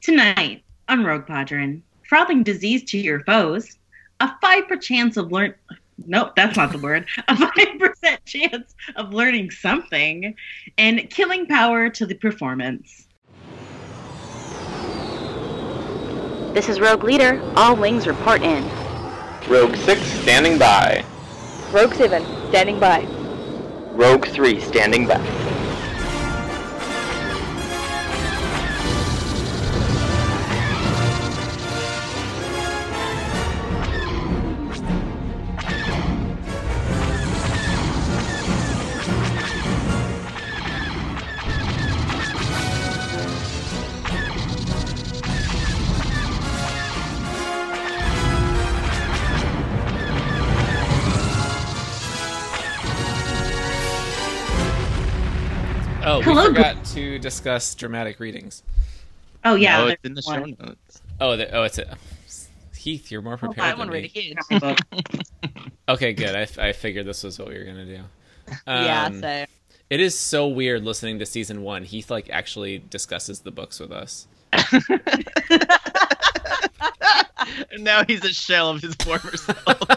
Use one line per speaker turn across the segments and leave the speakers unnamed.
Tonight on Rogue Padron, frothing disease to your foes, a 5% chance of learn. Nope, that's not the word. A 5% chance of learning something, and killing power to the performance.
This is Rogue Leader. All wings report in.
Rogue 6 standing by.
Rogue 7, standing by.
Rogue 3 standing by.
Oh, we
Hello, gr-
forgot to discuss dramatic readings.
Oh, yeah.
no,
there's
it's in the
one.
show notes.
Oh, the, oh, it's a, Heath. You're more prepared
I
than
want to read
me.
again.
Not my book.
Okay, good. I, f- I figured this was what we were gonna do. Um,
yeah, so
it is so weird listening to season one. Heath like actually discusses the books with us.
And now he's a shell of his former self.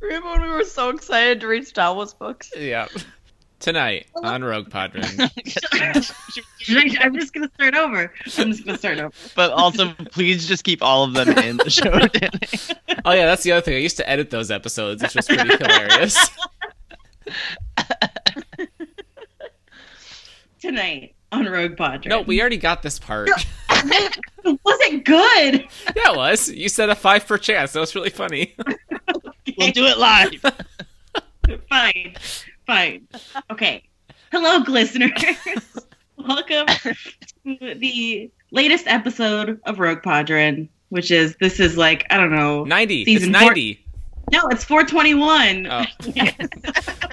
remember when we were so excited to read Star Wars books?
Yeah. Tonight on Rogue Podrin.
Should I- I'm just going to start over. I'm just going to start over.
but also, please just keep all of them in the show. Danny.
oh yeah, that's the other thing. I used to edit those episodes, which was pretty hilarious.
Tonight on Rogue Padron.
No, we already got this part.
It wasn't good.
yeah, it was. You said a five per chance. That was really funny.
we'll do it live.
fine, fine. Okay. Hello, listeners. Welcome to the latest episode of Rogue Padron, which is this is like I don't know.
Ninety.
Season
it's
four-
ninety.
No, it's 421.
Oh.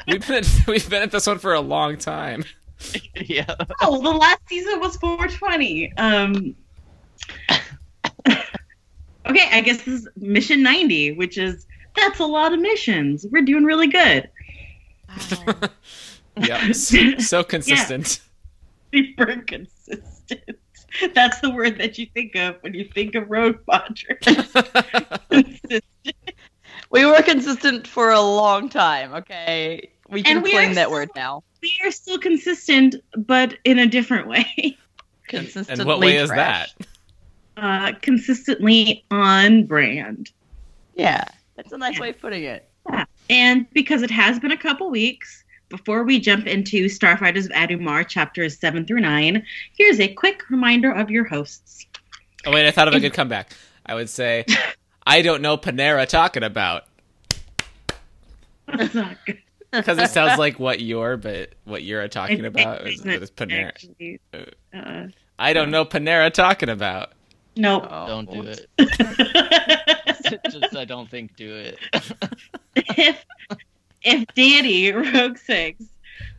We've been we've been at this one for a long time.
yeah.
Oh, the last season was 420. Um. okay, I guess this is mission 90, which is that's a lot of missions. We're doing really good.
Uh,
Yeah. So, so consistent.
super consistent. That's the word that you think of when you think of road Padre. Consistent.
We were consistent for a long time, okay? We can
And we
claim
are
that
still-
word now.
we are still consistent, but in a different way.
Consistently
And what way is
trash.
that?
Uh, consistently on brand.
Yeah, that's a nice way of putting it.
And because it has been a couple weeks, before we jump into Starfighters of Adumar chapters 7 through 9, here's a quick reminder of your hosts.
Oh wait, I thought of a good comeback. I would say, I don't know Panera talking about
That's not good.
because it sounds like what you're, but what you're talking about is, is Panera.
Actually, uh,
I don't know Panera talking about.
nope.
Oh.
Don't do it.
Oh.
just, I don't think do it.
if if Danny Rogue Six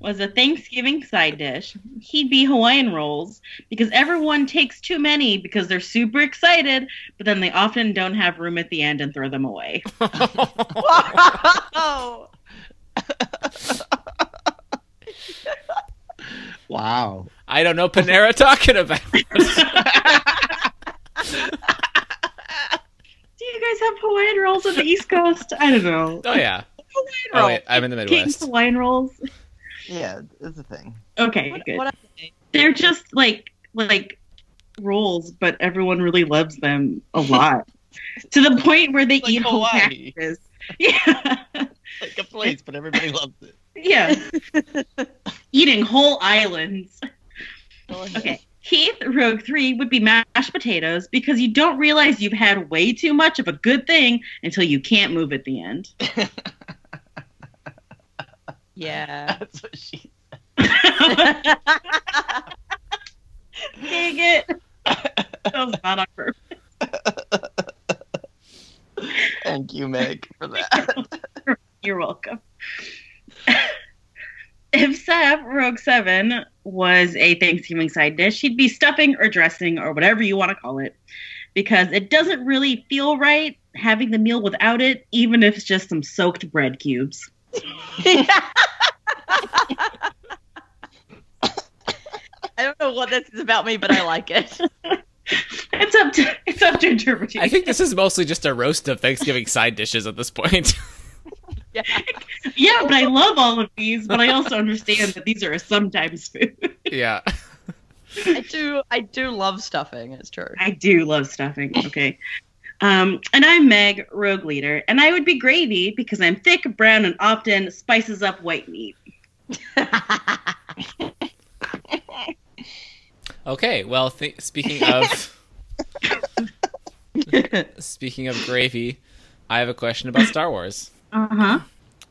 was a Thanksgiving side dish, he'd be Hawaiian rolls because everyone takes too many because they're super excited, but then they often don't have room at the end and throw them away.
Oh.
Oh,
Wow!
Wow.
I don't know Panera talking about.
Do you guys have Hawaiian rolls on the East Coast? I don't know.
Oh yeah. Oh wait, I'm in the
King's
Midwest.
Hawaiian rolls.
Yeah, it's a thing.
Okay,
What-
good.
what are they?
They're just like like rolls, but everyone really loves them a lot. to the point where they
Like
eat whole
Hawaii.
packages. Yeah.
Like a place, but everybody loves it.
Yeah. Eating whole islands. Okay. Heath Rogue 3 would be mashed potatoes because you don't realize you've had way too much of a good thing until you can't move at the end.
Yeah.
That's what she.
Dang it. That was not on purpose.
Thank you, Meg, for that.
You're welcome. if Seb, Rogue 7, was a Thanksgiving side dish, he'd be stuffing or dressing or whatever you want to call it because it doesn't really feel right having the meal without it, even if it's just some soaked bread cubes.
know what this is about me, but I like it.
It's up to it's up to interpretation.
I think this is mostly just a roast of Thanksgiving side dishes at this point.
Yeah.
yeah, but I love all of these, but I also understand that these are a sometimes food.
yeah.
I do. I do love stuffing. It's true.
I do love stuffing. Okay. Um, and I'm Meg, rogue leader, and I would be gravy because I'm thick, brown, and often spices up white meat.
Okay. Well, th- speaking of speaking of gravy, I have a question about Star Wars.
Uh huh.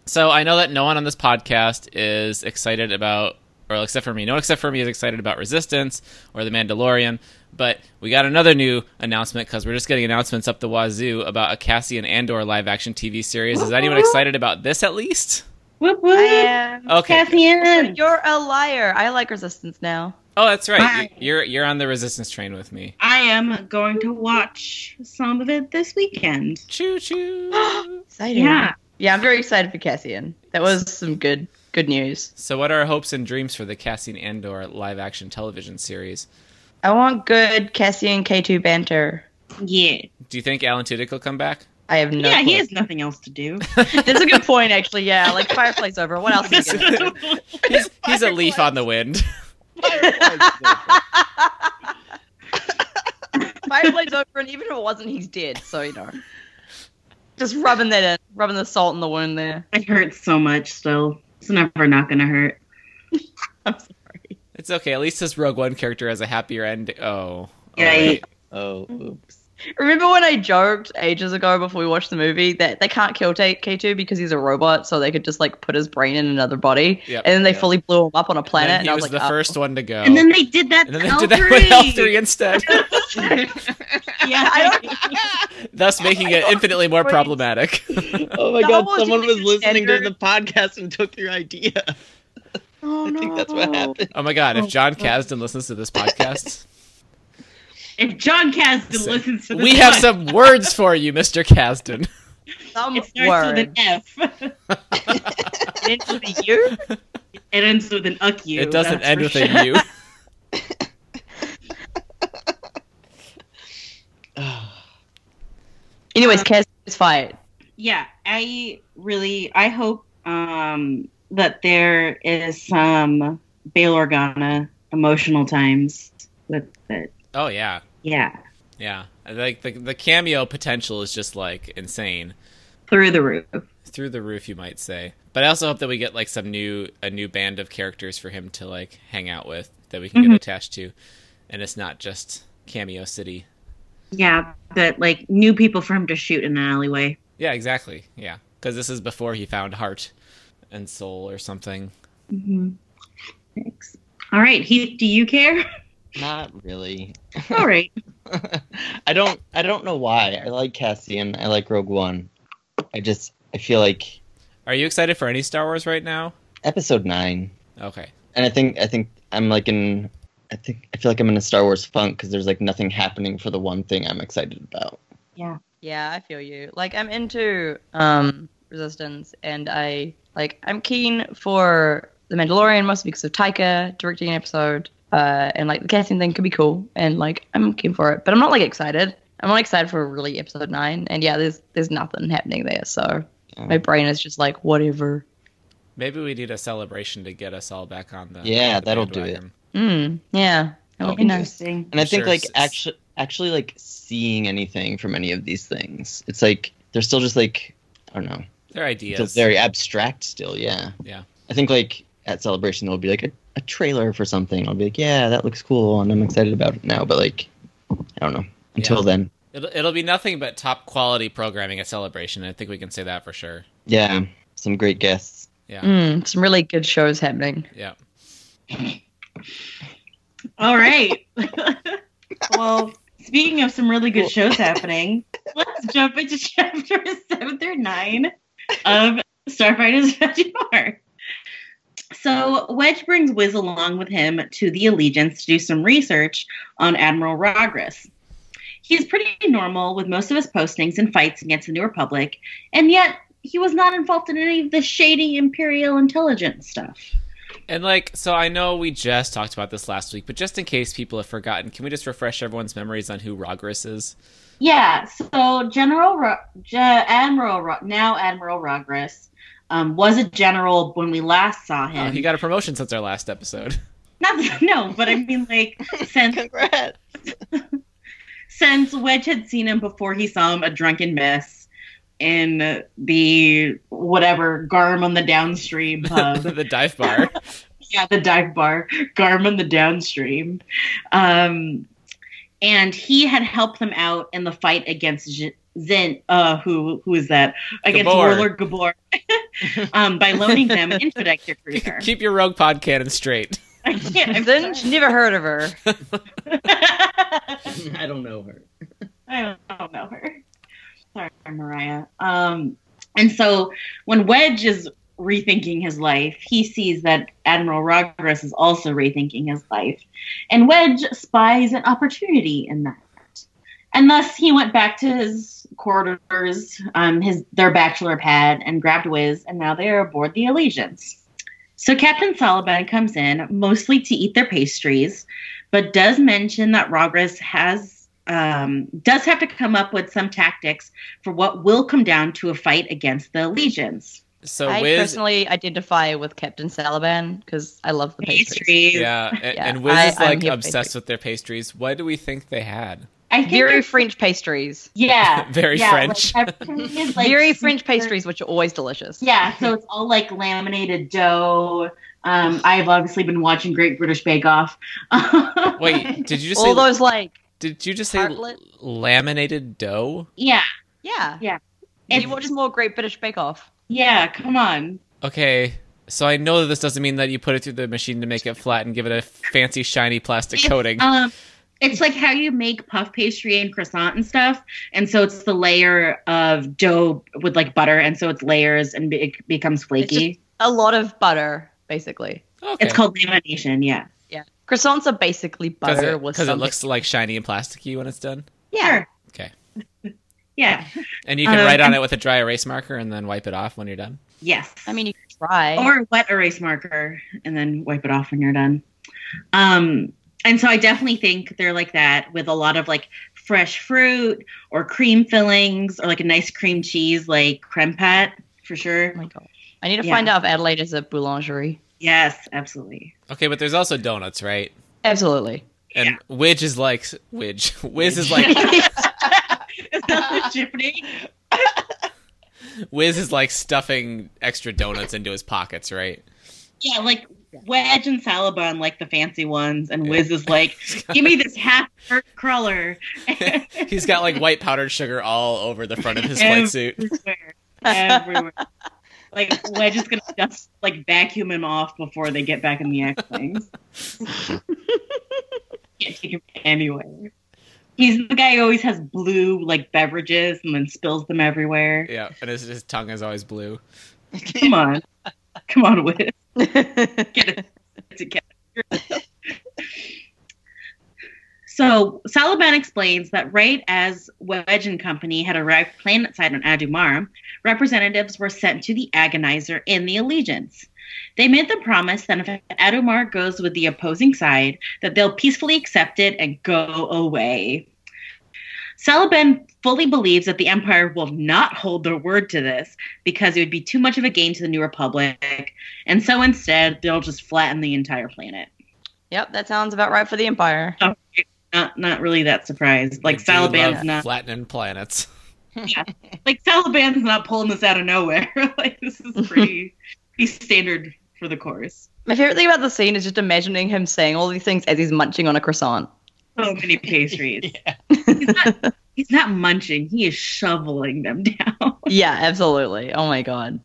So I know that no one on this podcast is excited about, or except for me, no one except for me is excited about Resistance or The Mandalorian. But we got another new announcement because we're just getting announcements up the wazoo about a Cassian Andor live action TV series. Is anyone excited about this at least?
Whoop whoop.
I am.
Okay.
Cassian.
You're a liar. I like resistance now.
Oh, that's right.
Bye.
You- You're you're on the Resistance train with me.
I am going to watch some of it this weekend.
Choo choo.
Exciting.
Yeah.
Yeah, I'm very excited for Cassian. That was some good good news.
So, what are our hopes and dreams for the Cassian Andor live action television series?
I want good Cassian K2 banter.
Yeah.
Do you think Alan Tudyk will come back?
I have no.
yeah,
clue.
he has nothing else to do.
That's a good point, actually. Yeah, like Firefly's over. What else is he gonna do?
He's, he's a leaf on the wind.
Firefly's over, and even if it wasn't, he's dead. So you know, just rubbing that in, rubbing the salt in the wound there.
it hurts so much still. It's never not gonna hurt.
I'm sorry.
It's okay. At least this Rogue One character has a happier end. Oh.
Yeah,
All right.
Oh, oops.
Remember when I joked ages ago before we watched the movie that they can't kill T- K2 because he's a robot, so they could just like put his brain in another body,
Yep.
and then they
Yep.
fully blew him up on a
And
planet. And,
he
I
was,
was like,
the
oh.
first one to go.
And then Oh they did that.
And then they
L3.
did that with L3 instead,
yeah,
I don't-
thus making it infinitely more
Wait.
problematic.
Oh my
That
god,
was
someone was
Jimi
listening to
Hendrix.
the podcast and took your idea.
Oh,
I think that's what
no.
happened.
Oh my god, if John Kasdan listens to this podcast,
If John Kasdan
Listen,
listens to this,
we have
one,
some words for you, Mr. Kasdan.
some
It starts
word.
with an F.
It ends with a U?
It ends with an uck you.
It doesn't
that's
end
for
with
sure.
a U.
Anyways, Cass is fired.
Yeah, I really I hope um that there is some Bail Organa emotional times with it.
Oh yeah.
Yeah.
Yeah, like the the cameo potential is just like insane
Through the roof.
through the roof, you might say. But I also hope that we get like some new a new band of characters for him to like hang out with that we can
Mhm.
get attached to, and it's not just cameo city.
Yeah, that like new people for him to shoot in an alleyway.
Yeah, exactly. Yeah, because this is before he found heart and soul or something.
Mm-hmm. Thanks. All right, Heath, do you care?
Not really.
All right.
I don't I don't know why. I like Cassian. I like Rogue One. I just I feel like
Are you excited for any Star Wars right now?
episode 9
Okay.
and I think I think I'm like in I think I feel like I'm in a Star Wars funk because there's like nothing happening for the one thing I'm excited about.
Yeah, I feel you. Like I'm into um resistance and I like I'm keen for The Mandalorian mostly because of Taika directing an episode. Uh and like the casting thing could be cool and like I'm keen for it. But I'm not like excited. I'm not excited for really episode nine and yeah, there's there's nothing happening there, so my brain is just like whatever.
Maybe we need a celebration to get us all back on the
Yeah,
the
that'll do it.
bandwagon.
Mm, yeah. That would be nice.
Interesting.
And I
For
think
sure,
like
s- s-
actually actually like seeing anything from any of these things, it's like they're still just like I don't know,
Their ideas.
still very abstract still. Yeah,
Yeah.
I think like at celebration there'll be like a, a trailer for something. I'll be like, yeah, that looks cool, and I'm excited about it now. But like, I don't know. Until
Yeah.
then,
It'll, it'll be nothing but top quality programming at Celebration. I think we can say that for sure.
yeah, some great guests.
Yeah.
Mm, some really good shows happening.
Yeah.
All right. well, speaking of some really good shows happening, let's jump into chapter seven through nine of Starfighters Vegemar. So Wedge brings Wiz along with him to the Allegiance to do some research on Admiral Rogris. He's pretty normal with most of his postings and fights against the New Republic, and yet he was not involved in any of the shady Imperial intelligence stuff.
And like, so I know we just talked about this last week, but just in case people have forgotten, can we just refresh everyone's memories on who Rogris is?
Yeah, so General Ro- Je- Admiral Ro- now Admiral Rogris um, was a general when we last saw him.
Uh, he got a promotion since our last episode.
Not no, but I mean like since
Congrats.
since Wedge had seen him before he saw him a drunken mess in the whatever Garm on the downstream pub.
the dive bar.
yeah, the dive bar, Garm on the downstream. Um, and he had helped them out in the fight against Z- Zin. Uh, who who is that? Against
Gabor.
Warlord Gabor. um, by loaning them an Infodector Cruiser.
Keep your rogue pod cannon straight.
I can't. I'm
Then
sorry.
never heard of her.
I don't know her.
I don't, I don't know her. Sorry, Mariah. Um, and so when Wedge is rethinking his life, he sees that Admiral Rogres is also rethinking his life, and Wedge spies an opportunity in that. And thus he went back to his quarters, um, his their bachelor pad, and grabbed Wiz, and now they are aboard the Allegiance. So Captain Soliban comes in mostly to eat their pastries, but does mention that Rogres has um, does have to come up with some tactics for what will come down to a fight against the legions.
So
I
Wiz,
personally identify with Captain Salaban because I love the pastries.
Pastries.
yeah, and,
Yeah,
and Wiz
I-
is
I'm
like
here for
obsessed
pastries.
with their pastries. What do we think they had?
I think
Very
there's-
French pastries.
yeah,
Very
yeah,
French.
Like, everything is, like,
Very
super-
French pastries, which are always delicious.
Yeah, so it's all like laminated dough. Um, I've obviously been watching Great British Bake Off.
Wait, did you just
all
say,
those like
did you just say
tartlet.
laminated dough?
yeah,
Yeah.
it's-
you watch more Great British Bake Off.
yeah. Come on.
Okay, so I know that this doesn't mean that you put it through the machine to make it flat and give it a fancy shiny plastic
It's,
coating.
Um, it's like how you make puff pastry and croissant and stuff, and so it's the layer of dough with like butter, and so it's layers and it becomes flaky.
It's A lot of butter, basically.
okay.
It's called lamination, yeah.
Yeah. Croissants are basically
because
butter
it,
with
'cause it
something.
looks like shiny and plasticky when it's done,
yeah.
Sure.
Okay.
yeah.
and you can
Um,
write on
and-
it with a dry erase marker and then wipe it off when you're done.
Yes.
I mean, you can try.
or a wet erase marker and then wipe it off when you're done. Um, and so I definitely think they're like that with a lot of like fresh fruit or cream fillings or like a nice cream cheese, like creme pat for sure.
oh my god. I need to
Yeah.
find out if Adelaide is a boulangerie.
Yes, absolutely.
Okay, but there's also donuts, right?
Absolutely.
And Widge is like Widge. Wiz is like
Is that the chimney?
Wiz is like stuffing extra donuts into his pockets, right?
Yeah, like Wedge and Salabon like the fancy ones, and Wiz is like, give me this half burnt cruller.
He's got like white powdered sugar all over the front of his flight suit.
everywhere, everywhere. like Wedge is gonna just like vacuum him off before they get back in the act things. Can't take him anywhere. He's the guy who always has blue like beverages and then spills them everywhere.
Yeah, and his, his tongue is always blue.
Come on, come on, Wiz, get it together. So Salaban explains that right as Wedge and Company had arrived planetside on Adumar, representatives were sent to the Agonizer and the Allegiance. They made the promise that if Adumar goes with the opposing side, that they'll peacefully accept it and go away. Salaban fully believes that the Empire will not hold their word to this because it would be too much of a gain to the New Republic, and so instead they'll just flatten the entire planet
Yep, that sounds about right for the Empire.
not not really that surprised. Like
I do
Salaban's
love
not
flattening planets.
like Salaban's not pulling this out of nowhere. like this is pretty pretty standard for the chorus.
My favorite thing about the scene is just imagining him saying all these things as he's munching on a croissant.
Oh,
So many pastries. he's, not, he's not munching. He is shoveling them down.
yeah, absolutely. Oh my god.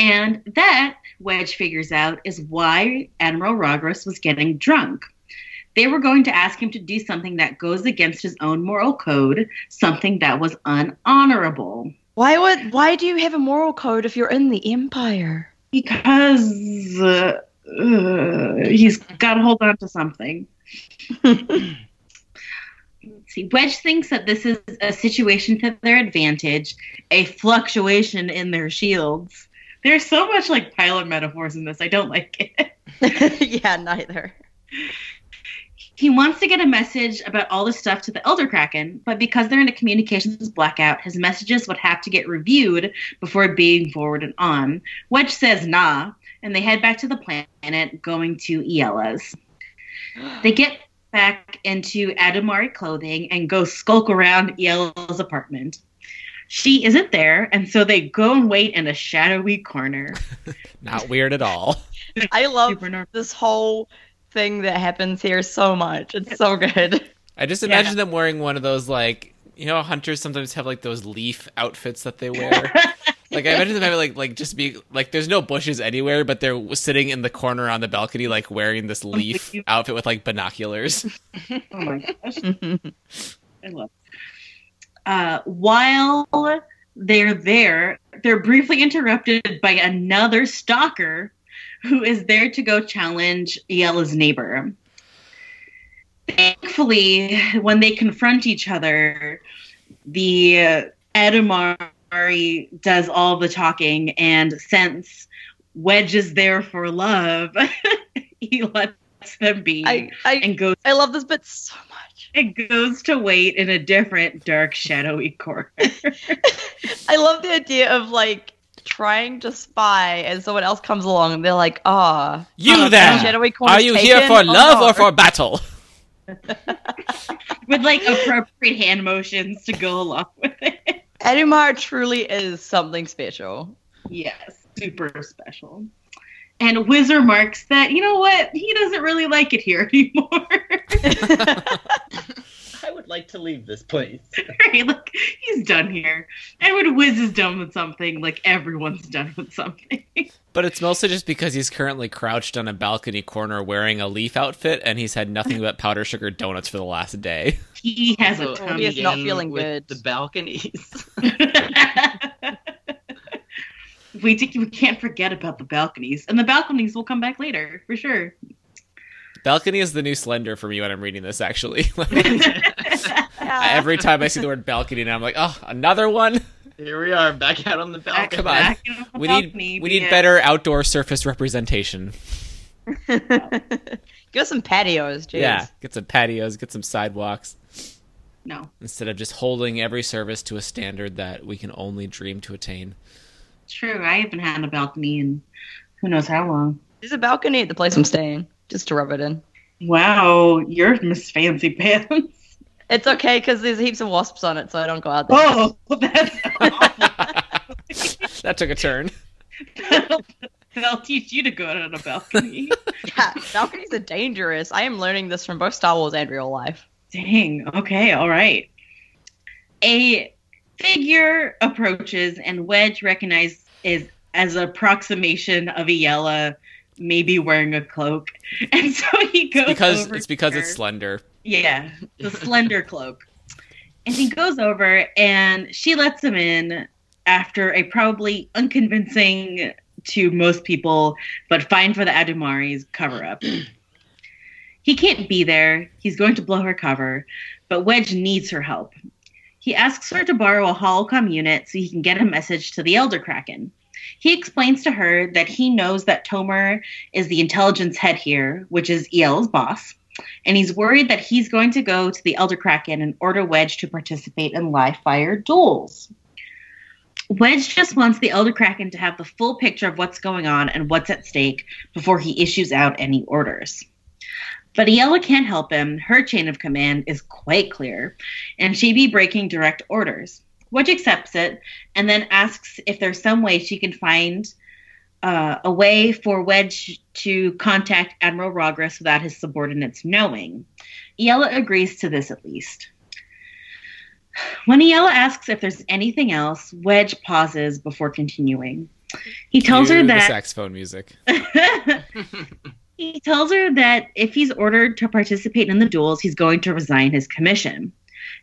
And that, Wedge figures out, is why Admiral Rogros was getting drunk. They were going to ask him to do something that goes against his own moral code, something that was unhonorable.
Why would why do you have a moral code if you're in the empire?
Because uh, uh, he's got to hold on to something. Let's see, Wedge thinks that this is a situation to their advantage, a fluctuation in their shields, There's so much like pilot metaphors in this. I don't like it.
yeah, neither.
He wants to get a message about all this stuff to the Elder Kraken, but because they're in a communications blackout, his messages would have to get reviewed before being forwarded on. Wedge says nah, and they head back to the planet, going to Iela's. They get back into Adamari clothing and go skulk around Iela's apartment. She isn't there, and so they go and wait in a shadowy corner.
Not weird at all.
I love
Super normal.
this whole thing that happens here so much. It's so good.
I just imagine them wearing one of those like you know how hunters sometimes have like those leaf outfits that they wear. like I imagine them having like like just be like there's no bushes anywhere, but they're w- sitting in the corner on the balcony like wearing this leaf
leaf.
outfit with like binoculars.
Oh my gosh. I love. it. Uh, while they're there, they're briefly interrupted by another stalker who is there to go challenge Yela's neighbor. Thankfully, when they confront each other, the uh, Edamari does all the talking, and since Wedge is there for love, he lets them be
I I,
and goes
I love this bit so much.
it goes to wait in a different dark shadowy corner
I love the idea of like trying to spy and someone else comes along and they're like, ah,
You
uh,
there?
shadowy corner
Are you
taken?
here for
Oh,
love
no.
or for battle?
with like appropriate hand motions to go along with it.
Edimar truly is something special.
Yes, super special. And Whizzer marks that, you know what, he doesn't really like it here anymore.
I would like to leave this place.
right? Like, he's done here. And when Wiz is done with something, like, everyone's done with something.
But it's mostly just because he's currently crouched on a balcony corner wearing a leaf outfit and he's had nothing but powder sugar donuts for the last day.
He has a
Also,
tummy.
He is not
again,
feeling good.
with The balconies.
we did, we can't forget about the balconies, and the balconies will come back later for sure.
Balcony is the new slender for me when I'm reading this actually.
Back
Yeah.
Every time I see the word balcony now I'm like, "Oh, another one."
Here we are, back out on the balcony.
come on.
back in the
We
balcony,
need we need
yeah.
better outdoor surface representation.
Give us some patios, jeez.
Yeah, get some patios, get some sidewalks
No,
instead of just holding every service to a standard that we can only dream to attain.
true. I haven't had a balcony in who knows how long.
There's a balcony at the place I'm staying, just to rub it in.
Wow, you're Miss Fancy Pants.
It's okay because there's heaps of wasps on it, so I don't go out there.
Oh, that's awful.
That took a turn.
That'll- That'll teach you to go out on a balcony.
Yeah, balconies are dangerous. I am learning this from both Star Wars and real life.
Dang. Okay. All right. A figure approaches, and Wedge recognizes is as approximation of Iella, maybe wearing a cloak, and so he goes
Because
over
it's because
to
it's
her.
slender.
yeah, the slender cloak, and he goes over, and she lets him in after a probably unconvincing to most people, but fine for the Adumari's cover up. he can't be there. He's going to blow her cover, but Wedge needs her help. He asks her to borrow a holocom unit so he can get a message to the Elder Kraken. He explains to her that he knows that Tomer is the intelligence head here, which is EL's boss, and he's worried that he's going to go to the Elder Kraken and order Wedge to participate in live fire duels. Wedge just wants the Elder Kraken to have the full picture of what's going on and what's at stake before he issues out any orders. But Iella can't help him. Her chain of command is quite clear, and she be breaking direct orders. Wedge accepts it and then asks if there's some way she can find uh, a way for Wedge to contact Admiral Rogris without his subordinates knowing. Iella agrees to this at least. When Iella asks if there's anything else, Wedge pauses before continuing. He tells
Cue
her
the
that
saxophone music.
he tells her that if he's ordered to participate in the duels, he's going to resign his commission.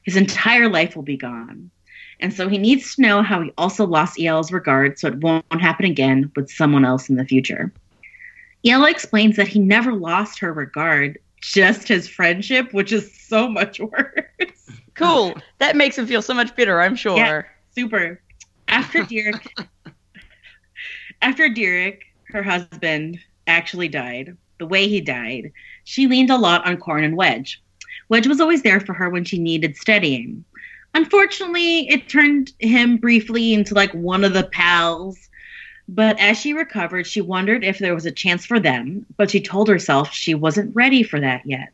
His entire life will be gone. And so he needs to know how he also lost Yale's regard so it won't happen again with someone else in the future. Yale explains that he never lost her regard, just his friendship, which is so much worse.
Cool. That makes him feel so much better, I'm sure.
Yeah. Super. After Dirk, After Derek, her husband, actually died, the way he died, she leaned a lot on Corn and Wedge. Wedge was always there for her when she needed steadying. Unfortunately, it turned him briefly into like one of the pals. But as she recovered, she wondered if there was a chance for them, but she told herself she wasn't ready for that yet.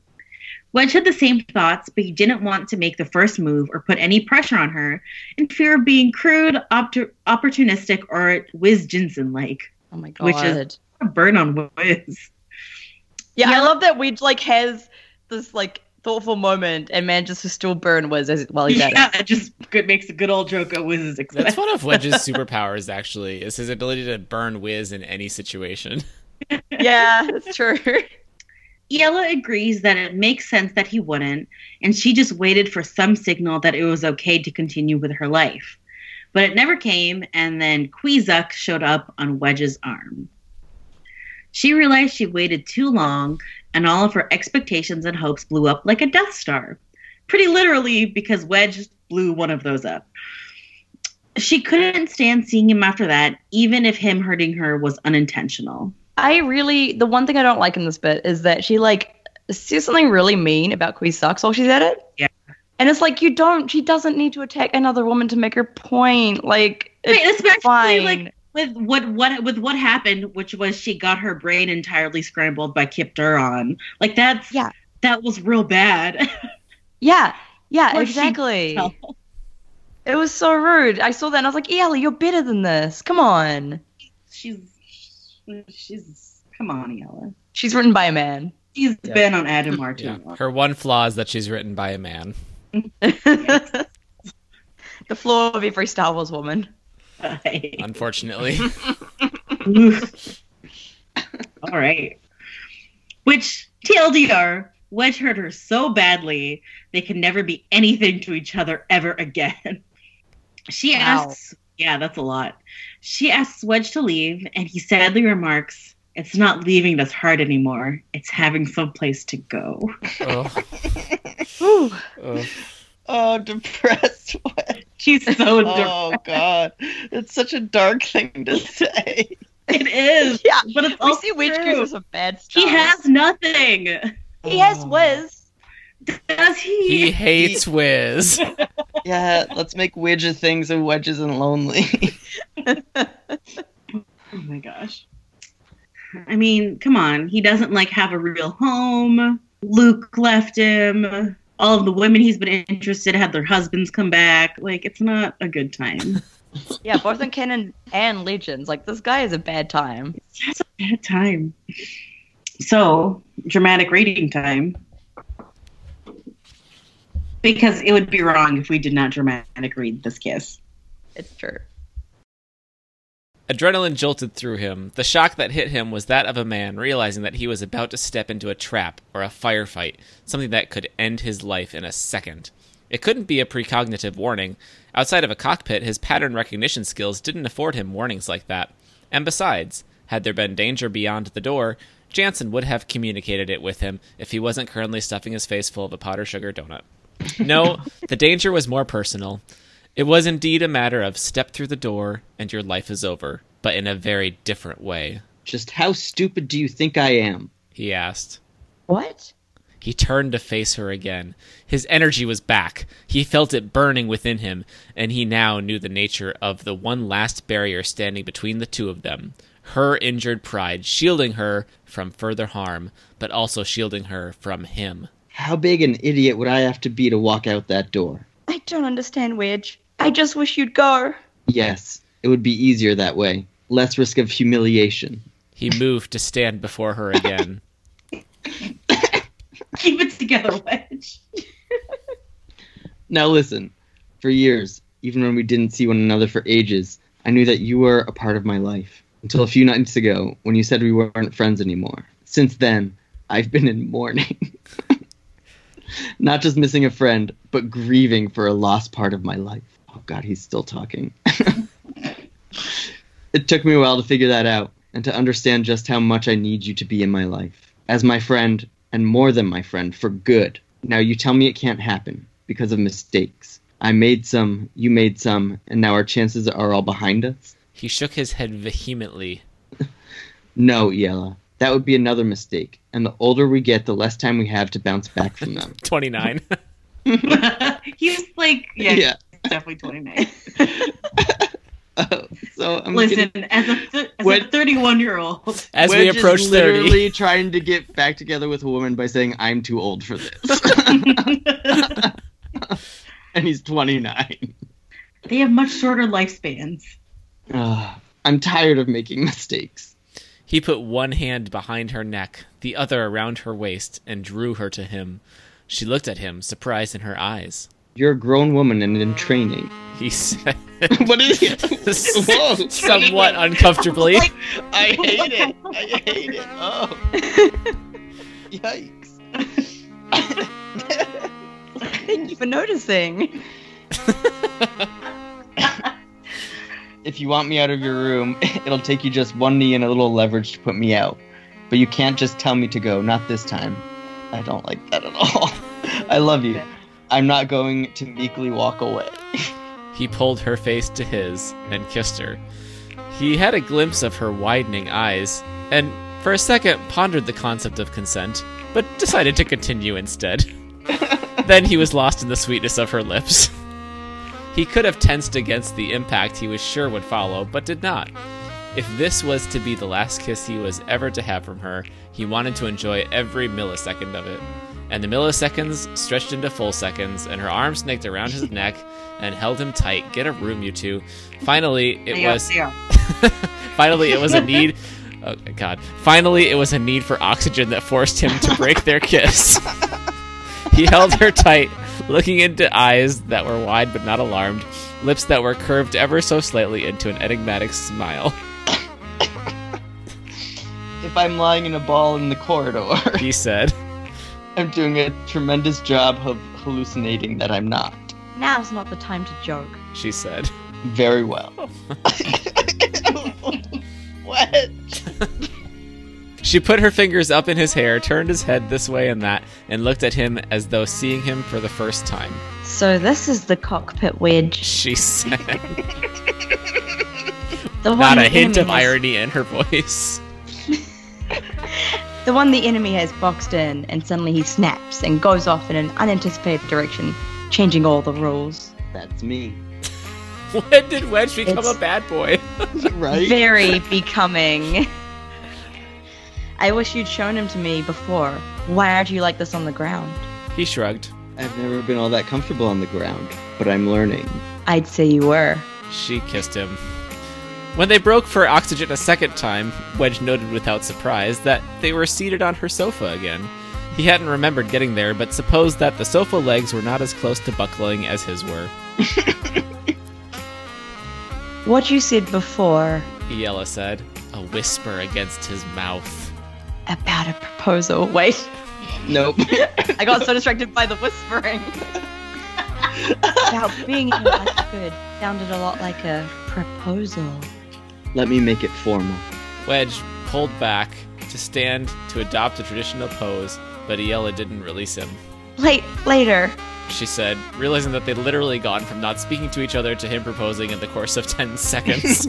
Wedge had the same thoughts, but he didn't want to make the first move or put any pressure on her in fear of being crude, optu- opportunistic, or Wiz Jensen like.
Oh my god.
Which is- A burn on Wiz.
yeah,
yeah.
I love that Wedge like has this like thoughtful moment and manages to still burn Wiz as while he's
yeah,
at
it just good, makes a good old joke of Wiz's
That's
expense.
one of Wedge's superpowers, actually, is his ability to burn Wiz in any situation.
it. Yeah, that's true.
Yella agrees that it makes sense that he wouldn't, and she just waited for some signal that it was okay to continue with her life. But it never came, and then Queezuck showed up on Wedge's arm. She realized she waited too long, and all of her expectations and hopes blew up like a Death Star. Pretty literally, because Wedge blew one of those up. She couldn't stand seeing him after that, even if him hurting her was unintentional.
I really the one thing I don't like in this bit is that she like says something really mean about Quee sucks while she's at it.
Yeah.
And it's like you don't she doesn't need to attack another woman to make her point. Like it's
Right, especially,
fine.
like, with what what with what happened, which was she got her brain entirely scrambled by Kip Duron. Like that's
Yeah.
that was real bad.
yeah. Yeah,
Or she
exactly. It was so rude. I saw that and I was like, Ellie, you're better than this. Come on.
she's she's come on, Yella.
She's written by a man.
She's
Yeah.
been on Adamar too
Yeah.
long.
Her one flaw is that she's written by a man.
the flaw of every Star Wars woman.
Right.
Unfortunately,
Oof. All right. Which TLDR, Wedge hurt her so badly they can never be anything to each other ever again. She
Wow.
asks, yeah, that's a lot. She asks Wedge to leave, and he sadly remarks, "It's not leaving that's hard anymore. It's having someplace to go."
Ugh.
Ooh.
Ugh.
Oh, depressed.
She's so dark.
oh God, it's such a dark thing to say.
it is,
Yeah.
but it's
We
also
see Witch
true.
Cruiser some bad stuff.
He has nothing.
He has Wiz.
Does
he hates Wiz.
Yeah, let's make widget things and Wedge isn't lonely.
Oh my gosh. I mean, come on. He doesn't like have a real home. Luke left him. All of the women he's been interested had their husbands come back. Like it's not a good time.
Yeah, both in canon and legends. Like this guy is a bad time.
That's a bad time. So dramatic reading time. Because it would be wrong if we did not dramatic read this kiss.
It's true.
Adrenaline jolted through him. The shock that hit him was that of a man realizing that he was about to step into a trap or a firefight, something that could end his life in a second. It couldn't be a precognitive warning. Outside of a cockpit, his pattern recognition skills didn't afford him warnings like that. And besides, had there been danger beyond the door, Jansen would have communicated it with him if he wasn't currently stuffing his face full of a powdered sugar donut. No, the danger was more personal. It was indeed a matter of step through the door and your life is over, but in a very different way,
Just how stupid do you think I am?
he asked.
What?
He turned to face her again. His energy was back. He felt it burning within him, and he now knew the nature of the one last barrier standing between the two of them her injured pride, shielding her from further harm, but also shielding her from him.
How big an idiot would I have to be to walk out that door?
I don't understand, Wedge. I just wish you'd go.
Yes, it would be easier that way. Less risk of humiliation.
He moved to stand before her again.
Keep it together, Wedge.
Now listen, for years, even when we didn't see one another for ages, I knew that you were a part of my life. Until a few nights ago, when you said we weren't friends anymore. Since then, I've been in mourning. Not just missing a friend, but grieving for a lost part of my life. Oh god, he's still talking. it took me a while to figure that out and to understand just how much I need you to be in my life. As my friend, and more than my friend, for good. Now you tell me it can't happen because of mistakes. I made some, you made some, and now our chances are all behind us.
He shook his head vehemently.
No, Yella. That would be another mistake. And the older we get, the less time we have to bounce back from them.
29.
He's like, yeah,
Yeah.
he's definitely 29.
Oh, so I'm
Listen,
getting-
as a th- as a
What-
31 year old,
As
We're
we
just
approach 30.
literally trying to get back together with a woman by saying I'm too old for this, and he's 29.
they have much shorter lifespans.
Ugh, I'm tired of making mistakes.
He put one hand behind her neck, the other around her waist, and drew her to him. She looked at him, surprise in her eyes.
You're a grown woman and in training.
He said,
what is it? Whoa!
somewhat uncomfortably,
I hate it. I hate it. Oh. Yikes.
Thank you for noticing.
If you want me out of your room, it'll take you just one knee and a little leverage to put me out. But you can't just tell me to go, not this time. I don't like that at all. I love you. I'm not going to meekly walk away.
he pulled her face to his and kissed her. He had a glimpse of her widening eyes, and for a second pondered the concept of consent, but decided to continue instead. then he was lost in the sweetness of her lips. He could have tensed against the impact he was sure would follow, but did not. If this was to be the last kiss he was ever to have from her, he wanted to enjoy every millisecond of it. And the milliseconds stretched into full seconds, and her arm snaked around his neck and held him tight. Get a room, you two. Finally, it
They are-
was.
they are.
Finally, it was a need. Oh God! Finally, it was a need for oxygen that forced him to break their kiss. he held her tight, looking into eyes that were wide but not alarmed, lips that were curved ever so slightly into an enigmatic smile.
If I'm lying in a ball in the corridor,
He said,
I'm doing a tremendous job of hallucinating that I'm not.
Now's not the time to joke.
"She said."
Very well. what?
She put her fingers up in his hair, turned his head this way and that, and looked at him as though seeing him for the first time.
So this is the cockpit wedge.
She said,
The one
not a
the
hint
enemy
of
has-
irony in her voice.
The one the enemy has boxed in, and suddenly he snaps and goes off in an unanticipated direction, changing all the rules.
That's me.
When did Wedge become
It's-
a bad boy?
Right?
Very becoming. I wish you'd shown him to me before. Why aren't you like this on the ground?
He shrugged.
I've never been all that comfortable on the ground, but I'm learning.
I'd say you were.
She kissed him. When they broke for oxygen a second time, Wedge noted without surprise that they were seated on her sofa again. He hadn't remembered getting there, but supposed that the sofa legs were not as close to buckling as his were.
What you said before
Yella said, a whisper against his mouth.
about a proposal. Wait,
Nope.
I got so distracted by the whispering. about being here, that's good. Sounded a lot like a proposal.
Let me make it formal.
Wedge pulled back to stand to adopt a traditional pose, but Yella didn't release him.
Late, later.
She said, realizing that they'd literally gone from not speaking to each other to him proposing in the course of 10 seconds.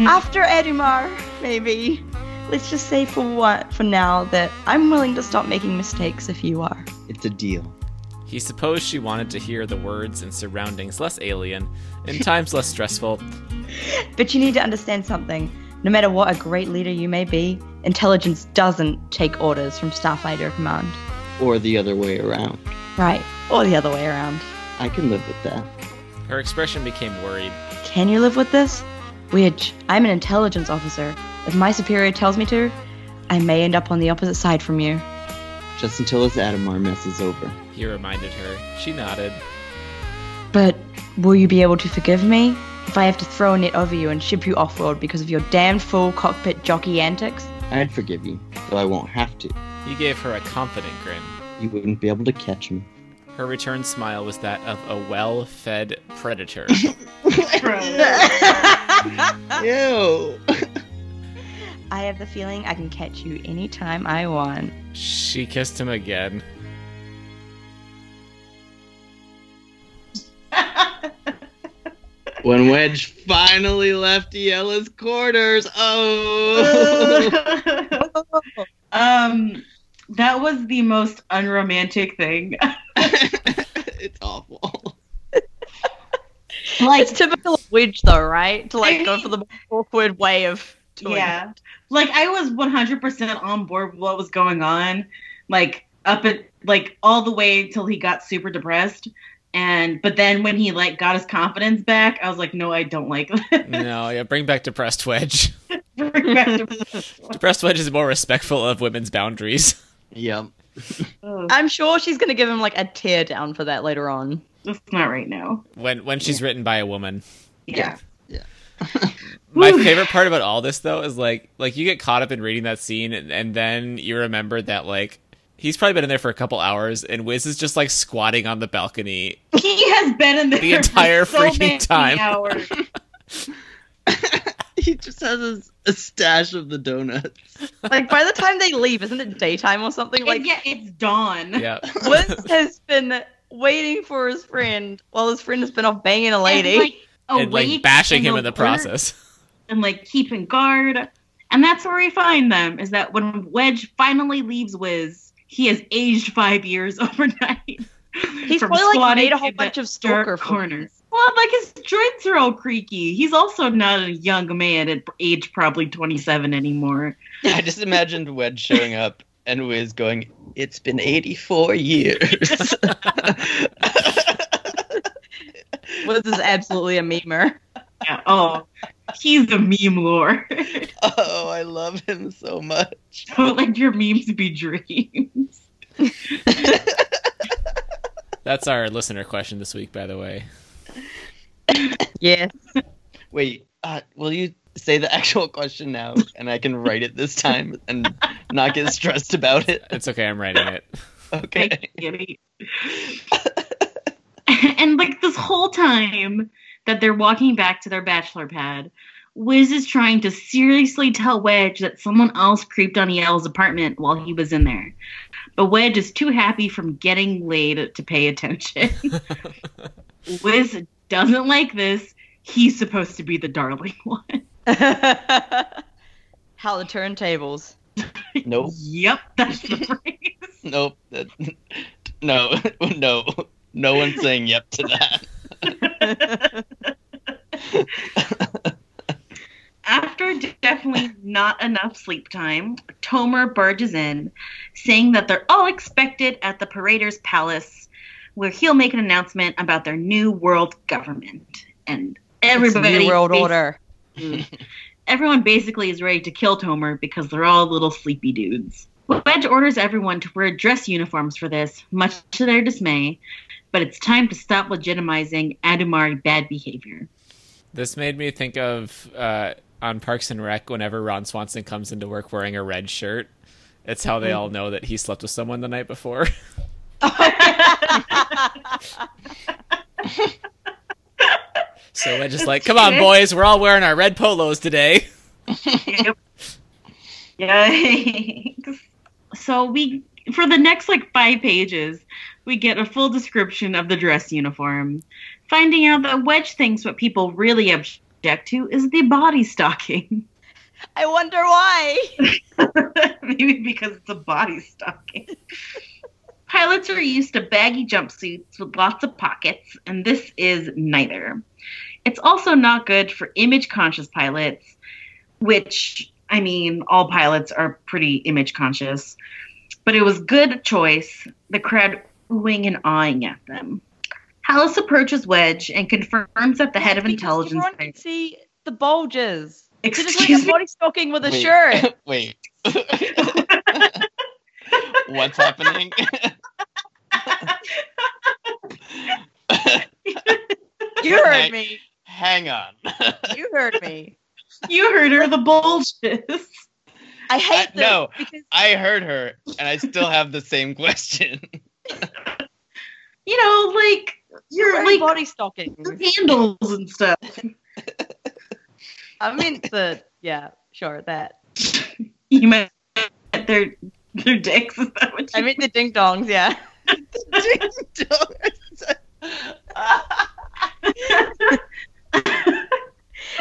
after Edumar, maybe. Let's just say for what for now that I'm willing to stop making mistakes if you are.
It's a deal.
He supposed she wanted to hear the words and surroundings less alien, in times less stressful.
But you need to understand something. No matter what a great leader you may be, intelligence doesn't take orders from Starfighter Command.
Or the other way around.
Right. Or the other way around.
I can live with that.
Her expression became worried.
Can you live with this? Which I'm an intelligence officer. If my superior tells me to, I may end up on the opposite side from you.
Just until this Adamar mess is over.
He reminded her. She nodded.
But will you be able to forgive me if I have to throw a net over you and ship you off world because of your damn fool cockpit jockey antics?
I'd forgive you, though I won't have to.
He gave her a confident grin.
You wouldn't be able to catch me.
Her return smile was that of a well fed predator.
Ew.
I have the feeling I can catch you anytime I want.
she kissed him again.
when Wedge finally left Yella's quarters. Oh,
um, that was the most unromantic thing.
it's awful.
like,
It's typical of Wedge, though, right? To like go for the most awkward way of doing
yeah, like I was 100% on board with what was going on, like up at like all the way till he got super depressed. And but then when he like got his confidence back, I was like, no, I don't like this.
No, yeah, bring back depressed wedge.
Bring back the-
Depressed wedge is more respectful of women's boundaries.
Yep.
Ugh,
I'm sure she's gonna give him like a tear down for that later on.
That's not right now.
When when she's written by a woman.
Yeah.
My
Whew.
favorite part about all this though is like like you get caught up in reading that scene and, and then you remember that like he's probably been in there for a couple hours and Wiz is just like squatting on the balcony.
He has been in there
The entire
for so
freaking
many
time.
hours.
He just has his, a stash of the donuts.
Like by the time they leave, isn't it daytime or something? Like
and yet it's dawn.
Yeah.
Wiz has been waiting for his friend while his friend has been off banging
Oh
a lady.
And, like,
and like
awake
bashing him in
and
the
alert
process.
And like keeping guard. And that's where we find them is that when Wedge finally leaves Wiz, he has aged five years overnight.
He's
From
probably like
squatting
made a whole
in the
bunch of
dark
stalker
corners. Well, like his joints are all creaky. He's also not a young man at age probably 27 anymore.
I just imagined Wedge showing up and Wiz going, "It's been 84 years."
Wiz is absolutely a memer.
Yeah. Oh, he's a meme lore.
oh, I love him so much.
Don't let your memes be dreams.
That's our listener question this week, by the way.
Yes.
Wait, uh, will you say the actual question now, and I can write it this time and not get stressed about it?
It's okay, I'm writing it.
Okay.
Giddy. and like this whole time that they're walking back to their bachelor pad, Wiz is trying to seriously tell Wedge that someone else creeped on Yale's apartment while he was in there. But Wedge is too happy from getting laid to pay attention. Wiz doesn't like this. He's supposed to be the darling one.
How the turntables.
Nope.
Yep, that's the phrase.
Nope. That, no. No. No one's saying yep to that.
After definitely not enough sleep time, Tomer barges in, saying that they're all expected at the Parader's Palace, where he'll make an announcement about their new world government. And everybody,
It's New World
basi-
Order.
Everyone basically is ready to kill Tomer because they're all little sleepy dudes. Wedge orders everyone to wear dress uniforms for this, much to their dismay, but it's time to stop legitimizing Adumari bad behavior.
This made me think of uh, on Parks and Rec whenever Ron Swanson comes into work wearing a red shirt. It's how
Mm-hmm.
they all know that he slept with someone the night before. so I just like, come on, boys, we're all wearing our red polos today.
Yep. Yikes. So we for the next like five pages, we get a full description of the dress uniform, finding out that Wedge thinks what people really object to is the body stocking.
I wonder why.
Maybe because it's a body stocking. Pilots are used to baggy jumpsuits with lots of pockets, and this is neither. It's also not good for image conscious pilots, which, I mean, all pilots are pretty image conscious, but it was good choice, the crowd oohing and awing at them. Hallis approaches Wedge and confirms that the head of
Because
intelligence.
Everyone can see the bulges. It's just
Excuse
like a
me.
body stocking with a
Wait.
shirt.
Wait. What's happening?
You
Okay.
heard me.
Hang on.
You heard me.
You heard her, the bulges.
I hate
I-
this
Uh, no.
because
I heard her, and I still have the same question.
You know, like,
you're
you're like
wearing body stockings.
handles and stuff.
I meant the yeah, sure that.
You meant their their dicks? Is that what you
I meant the ding dongs. Yeah.
Ding dong.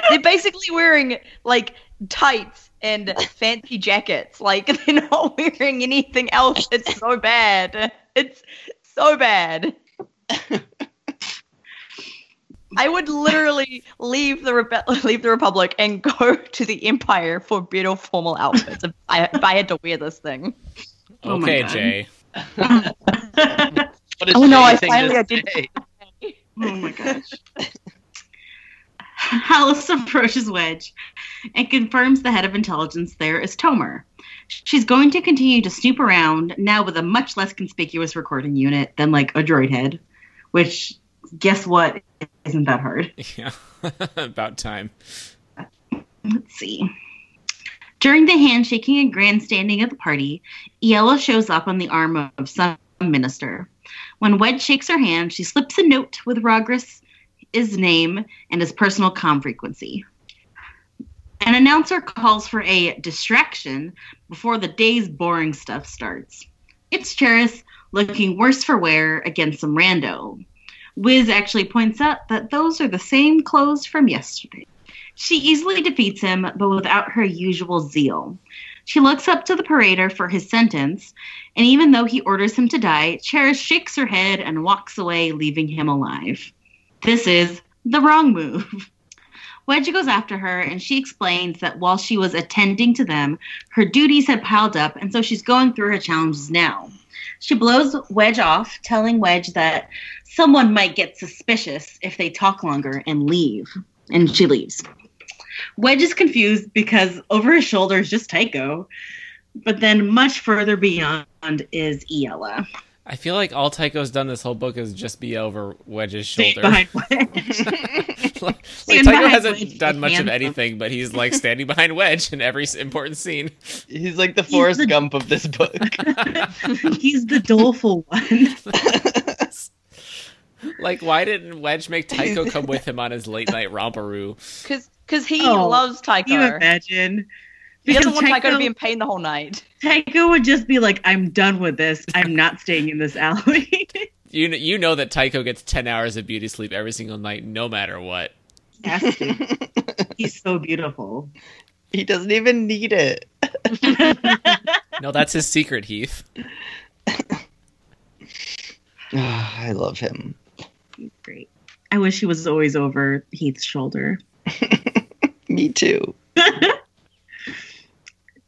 They're basically wearing like tights and fancy jackets. Like they're not wearing anything else. It's so bad. It's so bad. I would literally leave the rebe- leave the Republic and go to the Empire for better formal outfits if I, if I had to wear this thing.
Oh my
okay,
God.
Jay.
What is
Oh, no, I
anything
finally
to
identified.
say?
Oh my gosh. Alice approaches Wedge and confirms the head of intelligence there is Tomer. She's going to continue to snoop around, now with a much less conspicuous recording unit than like a droid head, which, guess what, isn't that hard.
Yeah, about time.
Let's see. During the handshaking and grandstanding of the party, Iella shows up on the arm of some minister. When Wed shakes her hand, she slips a note with Rogris, his name, and his personal com frequency. An announcer calls for a distraction before the day's boring stuff starts. It's Cheris looking worse for wear against some rando. Wiz actually points out that those are the same clothes from yesterday. She easily defeats him, but without her usual zeal. She looks up to the parader for his sentence, and even though he orders him to die, Cherish shakes her head and walks away, leaving him alive. This is the wrong move. Wedge goes after her, and she explains that while she was attending to them, her duties had piled up, and so she's going through her challenges now. She blows Wedge off, telling Wedge that someone might get suspicious if they talk longer and leave. And she leaves. Wedge is confused because over his shoulder is just Tycho, but then much further beyond is Iella.
I feel like all Tycho's done this whole book is just be over Wedge's
Staying
shoulder.
behind Wedge.
like, like,
Stand
Tycho
behind
hasn't
Wedge,
done much of
handsome.
anything, but he's like standing behind Wedge in every s- important scene.
He's like the Forrest
the-
Gump of this book.
He's the doleful one.
Like, why didn't Wedge make Tycho come with him on his late night romperoo?
Because because he
Oh,
loves Tycho.
Can you imagine?
He doesn't
Because
want Tycho to
Tycho-
be in pain the whole night.
Tycho would just be like, I'm done with this. I'm not staying in this alley.
You kn- you know that Tycho gets ten hours of beauty sleep every single night, no matter what.
Has to. He's so beautiful.
he doesn't even need it.
No, that's his secret, Heath.
Ah, I love him.
He's great. I wish he was always over Heath's shoulder.
Me too.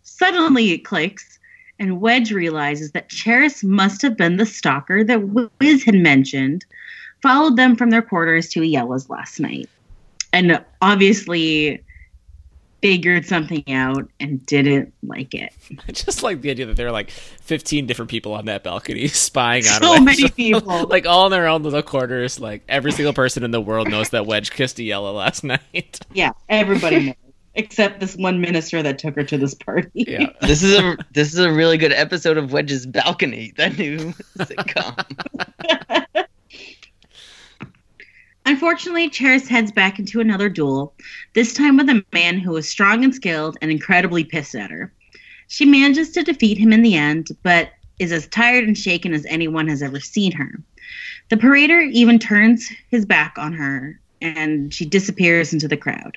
Suddenly it clicks, and Wedge realizes that Cheris must have been the stalker that Wiz had mentioned, followed them from their quarters to Iella's last night. And obviously figured something out and didn't like it.
I just like the idea that there are like fifteen different people on that balcony spying on
so
Wedge.
many people.
like all in their own little quarters. Like every single person in the world knows that Wedge kissed Yella last night.
yeah, everybody knows. Except this one minister that took her to this party.
Yeah,
This is a this is a really good episode of Wedge's Balcony, that new sitcom.
Unfortunately, Cheris heads back into another duel, this time with a man who is strong and skilled and incredibly pissed at her. She manages to defeat him in the end, but is as tired and shaken as anyone has ever seen her. The parader even turns his back on her, and she disappears into the crowd.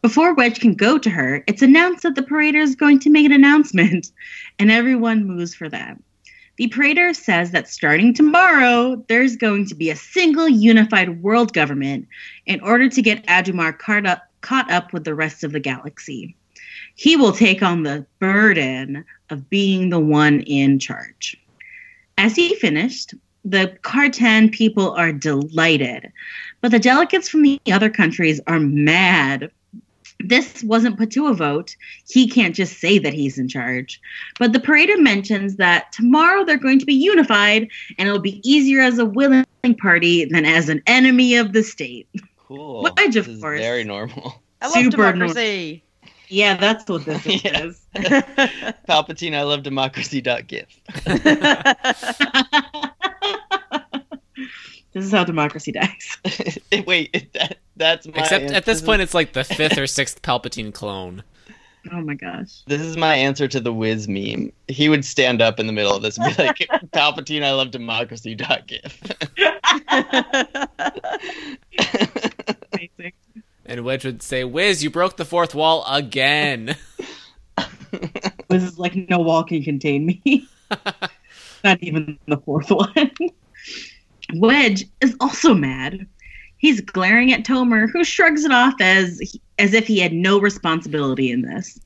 Before Wedge can go to her, it's announced that the parader is going to make an announcement, and everyone moves for that. The Praetor says that starting tomorrow, there's going to be a single unified world government in order to get Adumar caught up, caught up with the rest of the galaxy. He will take on the burden of being the one in charge. As he finished, the Cartan people are delighted, but the delegates from the other countries are mad. This wasn't put to a vote. He can't just say that he's in charge. But the Parada mentions that tomorrow they're going to be unified and it'll be easier as a willing party than as an enemy of the state.
Cool.
Wedge, of
This is
course.
Very normal.
I love
Super
democracy.
Yeah, that's what this is.
Yeah. Palpatine, I love democracy. Dot gif.
this is how democracy dies.
Wait, it- that, that's my
except
an-
at this
is-
point, it's like the fifth or sixth Palpatine clone.
Oh my gosh.
This is my answer to the Wiz meme. He would stand up in the middle of this and be like, "Palpatine, I love democracy." Dot gif.
Amazing.
And Wedge would say, Wiz, you broke the fourth wall again.
This is like no wall can contain me. Not even the fourth one. Wedge is also mad. He's glaring at Tomer, who shrugs it off as as if he had no responsibility in this.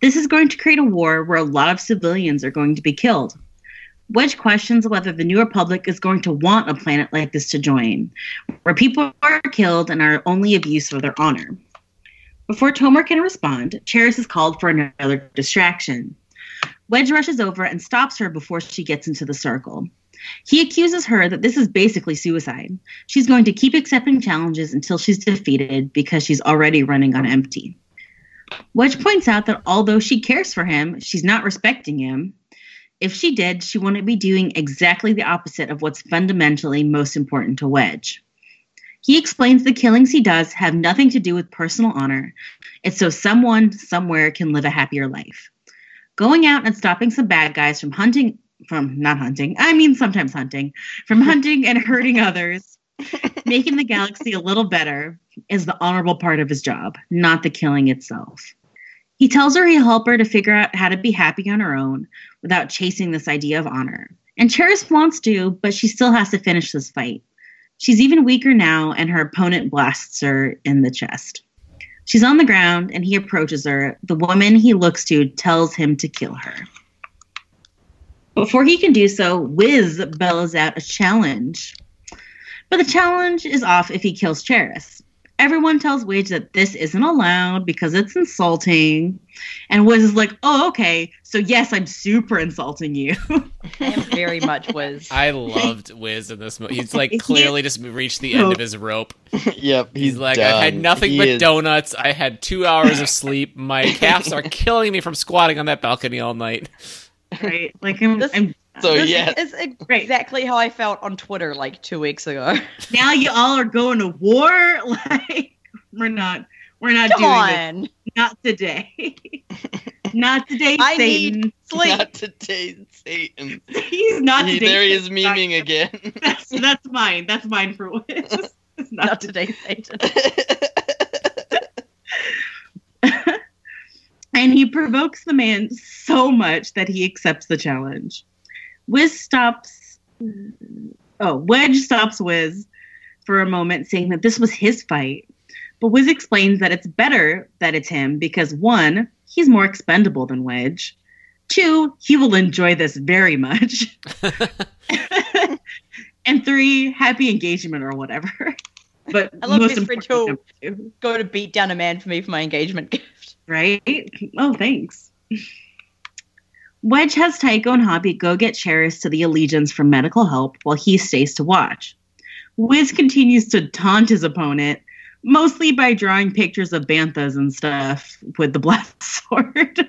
This is going to create a war where a lot of civilians are going to be killed. Wedge questions whether the New Republic is going to want a planet like this to join, where people are killed and are only abused for their honor. Before Tomer can respond, Cheris is called for another distraction. Wedge rushes over and stops her before she gets into the circle. He accuses her that this is basically suicide. She's going to keep accepting challenges until she's defeated because she's already running on empty. Wedge points out that although she cares for him, she's not respecting him. If she did, she wouldn't be doing exactly the opposite of what's fundamentally most important to Wedge. He explains the killings he does have nothing to do with personal honor. It's so someone somewhere can live a happier life. Going out and stopping some bad guys from hunting from not hunting, I mean sometimes hunting, from hunting and hurting others, making the galaxy a little better is the honorable part of his job, not the killing itself. He tells her he'll help her to figure out how to be happy on her own without chasing this idea of honor. And Cheris wants to, but she still has to finish this fight. She's even weaker now, and her opponent blasts her in the chest. She's on the ground, and he approaches her. The woman he looks to tells him to kill her. Before he can do so, Wiz bellows out a challenge. But the challenge is off if he kills Cheris. Everyone tells Wage that this isn't allowed because it's insulting. And Wiz is like, oh, okay. So, yes, I'm super insulting you.
I am very much was.
I loved Wiz in this movie. He's like clearly just reached the end of his rope.
yep,
He's, like, I've had
done.
nothing
He
but
is-
donuts. I had two hours of sleep. My calves are killing me from squatting on that balcony all night.
right? Like, I'm,
This-
I'm,
So
this
yes,
is
Right.
exactly how I felt on Twitter like two weeks ago.
now you all are going to war? Like, we're not. We're not
Come
doing this.
on,
Not today. not today,
I
Satan.
need sleep.
not today, Satan.
He's not
He-
today.
there he is
Satan.
memeing again.
That's, that's mine. That's mine for Wiz. It's not,
Not
today.
today, Satan.
and he provokes the man so much that he accepts the challenge. Wiz stops. Oh, Wedge stops Wiz for a moment, saying that this was his fight. But Wiz explains that it's better that it's him because one, he's more expendable than Wedge. Two, he will enjoy this very much. and three, happy engagement or whatever. But
I love
most
this for
important, number two
Go to beat down a man for me for my engagement gift.
right? Oh, thanks. Wedge has Tycho and Hobby go get Cheris to the Allegiance for medical help while he stays to watch. Wiz continues to taunt his opponent, mostly by drawing pictures of Banthas and stuff with the blast sword,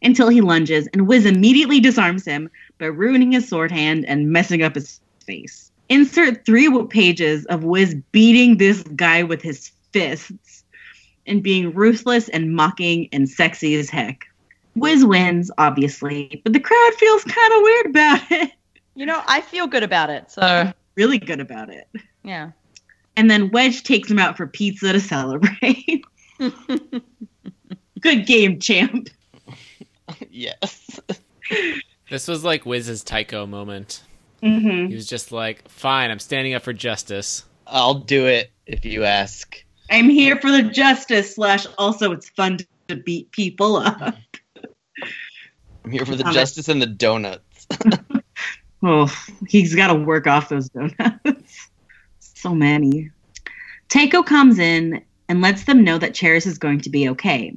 until he lunges, and Wiz immediately disarms him by ruining his sword hand and messing up his face. Insert three pages of Wiz beating this guy with his fists and being ruthless and mocking and sexy as heck. Wiz wins, obviously, but the crowd feels kind of weird about it.
You know, I feel good about it. So
Really good about it.
yeah,
And then Wedge takes him out for pizza to celebrate. good game, champ.
yes.
This was like Wiz's Tycho moment.
Mm-hmm.
He was just like, fine, I'm standing up for justice.
I'll do it if you ask.
I'm here for the justice, slash, also, it's fun to- to beat people up.
I'm here for the
Um,
justice and the donuts.
Oh, he's got to work off those donuts. so many. Taiko comes in and lets them know that Cheris is going to be okay.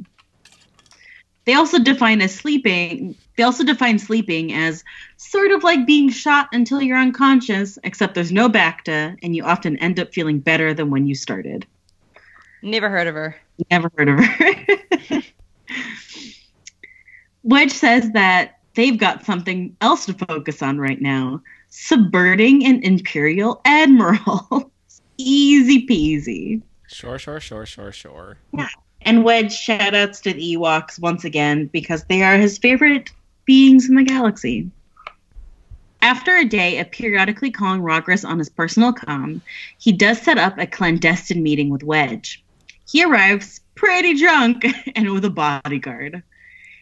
They also define as sleeping. They also define sleeping as sort of like being shot until you're unconscious, except there's no Bacta, and you often end up feeling better than when you started.
never heard of her.
Never heard of her. Wedge says that they've got something else to focus on right now subverting an Imperial Admiral. Easy peasy.
Sure, sure, sure, sure, sure.
And Wedge shoutouts to the Ewoks once again because they are his favorite beings in the galaxy. After a day of periodically calling Rogris on his personal com, he does set up a clandestine meeting with Wedge. He arrives pretty drunk and with a bodyguard.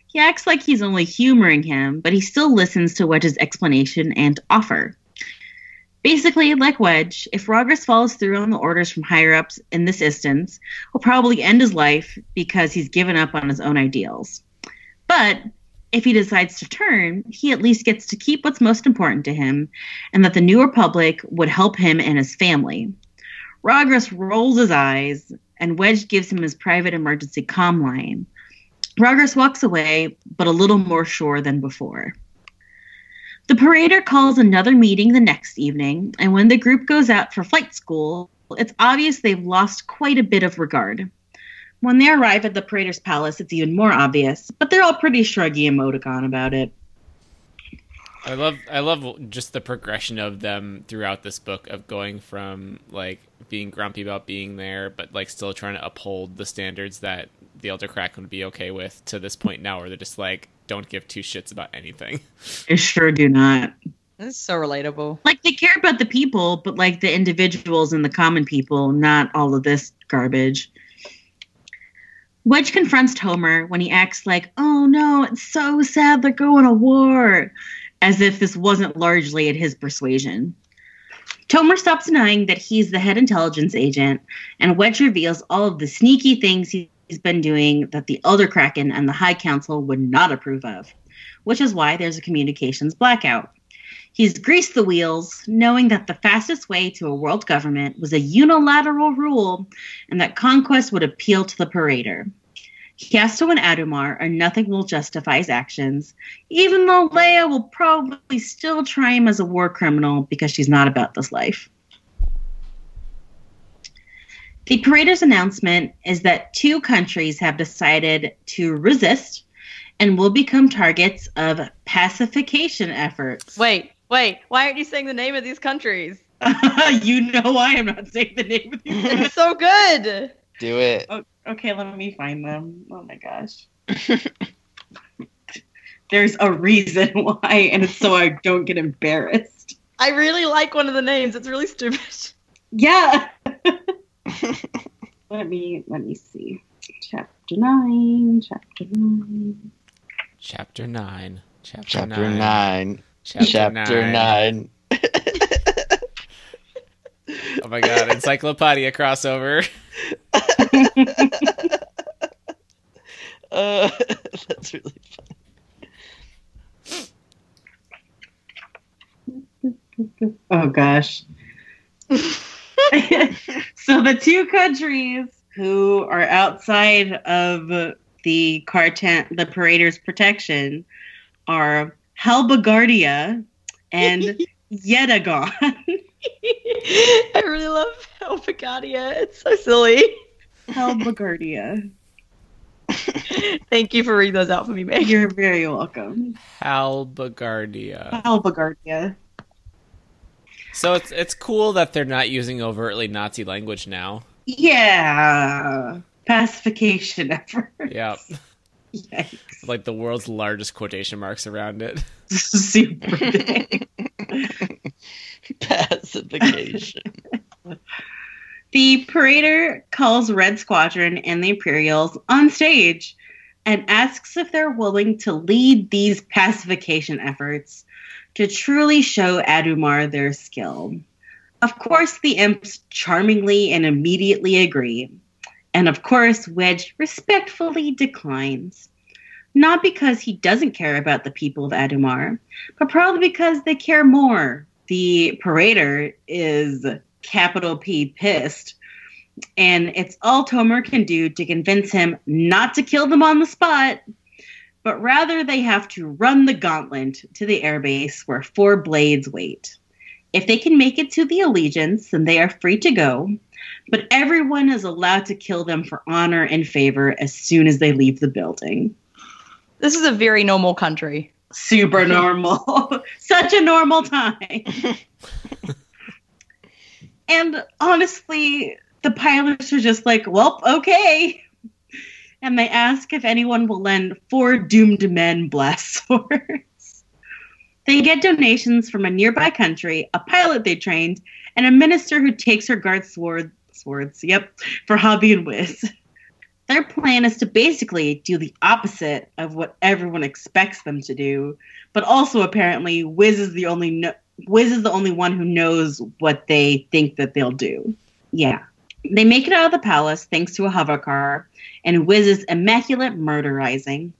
He acts like he's only humoring him, but he still listens to Wedge's explanation and offer. Basically, like Wedge, if Rogers follows through on the orders from higher ups in this instance, he'll probably end his life because he's given up on his own ideals. But if he decides to turn, he at least gets to keep what's most important to him, and that the New Republic would help him and his family. Rogers rolls his eyes, and Wedge gives him his private emergency comm line. Rogers walks away, but a little more sure than before. The parader calls another meeting the next evening, and when the group goes out for flight school, it's obvious they've lost quite a bit of regard. When they arrive at the parader's palace, it's even more obvious, but they're all pretty shruggy emoticon about it.
I love I love just the progression of them throughout this book of going from like being grumpy about being there, but like still trying to uphold the standards that the Elder Kraken would be okay with to this point now where they're just like don't give two shits about anything.
They sure do not.
This is so relatable.
Like, they care about the people, but like the individuals and the common people, not all of this garbage. Wedge confronts Tomer when he acts like, oh no, it's so sad they're going to war, as if this wasn't largely at his persuasion. Tomer stops denying that he's the head intelligence agent, and Wedge reveals all of the sneaky things he's been doing that the Elder Kraken and the High Council would not approve of, which is why there's a communications blackout. He's greased the wheels, knowing that the fastest way to a world government was a unilateral rule and that conquest would appeal to the parader. Casto and Adumar are nothing will justify his actions, even though Leia will probably still try him as a war criminal because she's not about this life. The parader's announcement is that two countries have decided to resist and will become targets of pacification efforts.
Wait, wait. Why aren't you saying the name of these countries?
you know why I'm not saying the name of these
It's so good.
Do it.
Okay, let me find them. Oh my gosh. There's a reason why, and it's so I don't get embarrassed.
I really like one of the names. It's really stupid.
Yeah. let me let me see. Chapter nine. Chapter nine.
Chapter nine. Chapter,
Chapter
nine.
nine. Chapter nine.
Oh my god, encyclopedia crossover.
Uh, that's really fun.
Oh gosh. so the two countries who are outside of the cartan the parader's protection are Halbagardia and Yedagon.
I really love Helvigadia. It's so silly.
Halbagardia.
Thank you for reading those out for me, Meg.
You're very welcome.
Halbagardia.
Halbagardia.
So it's it's cool that they're not using overtly Nazi language now.
Yeah. Pacification effort.
Yeah.
Yikes.
Like the world's largest quotation marks around it.
Super big.
Pacification.
The parader calls Red Squadron and the Imperials on stage and asks if they're willing to lead these pacification efforts to truly show Adumar their skill. Of course, the imps charmingly and immediately agree. And of course, Wedge respectfully declines. Not because he doesn't care about the people of Adumar, but probably because they care more. The parader is capital P pissed. And it's all Tomer can do to convince him not to kill them on the spot, but rather they have to run the gauntlet to the airbase where four blades wait. If they can make it to the Allegiance, then they are free to go, but everyone is allowed to kill them for honor and favor as soon as they leave the building.
This is a very normal country.
Super normal. Such a normal time. and honestly, the pilots are just like, well, okay. And they ask if anyone will lend four doomed men blast swords. They get donations from a nearby country, a pilot they trained, and a minister who takes her guard sword swords, yep, for hobby and whiz. Their plan is to basically do the opposite of what everyone expects them to do, but also apparently Wiz is the only no- Wiz is the only one who knows what they think that they'll do. Yeah. They make it out of the palace thanks to a hover car and Wiz's immaculate murderizing.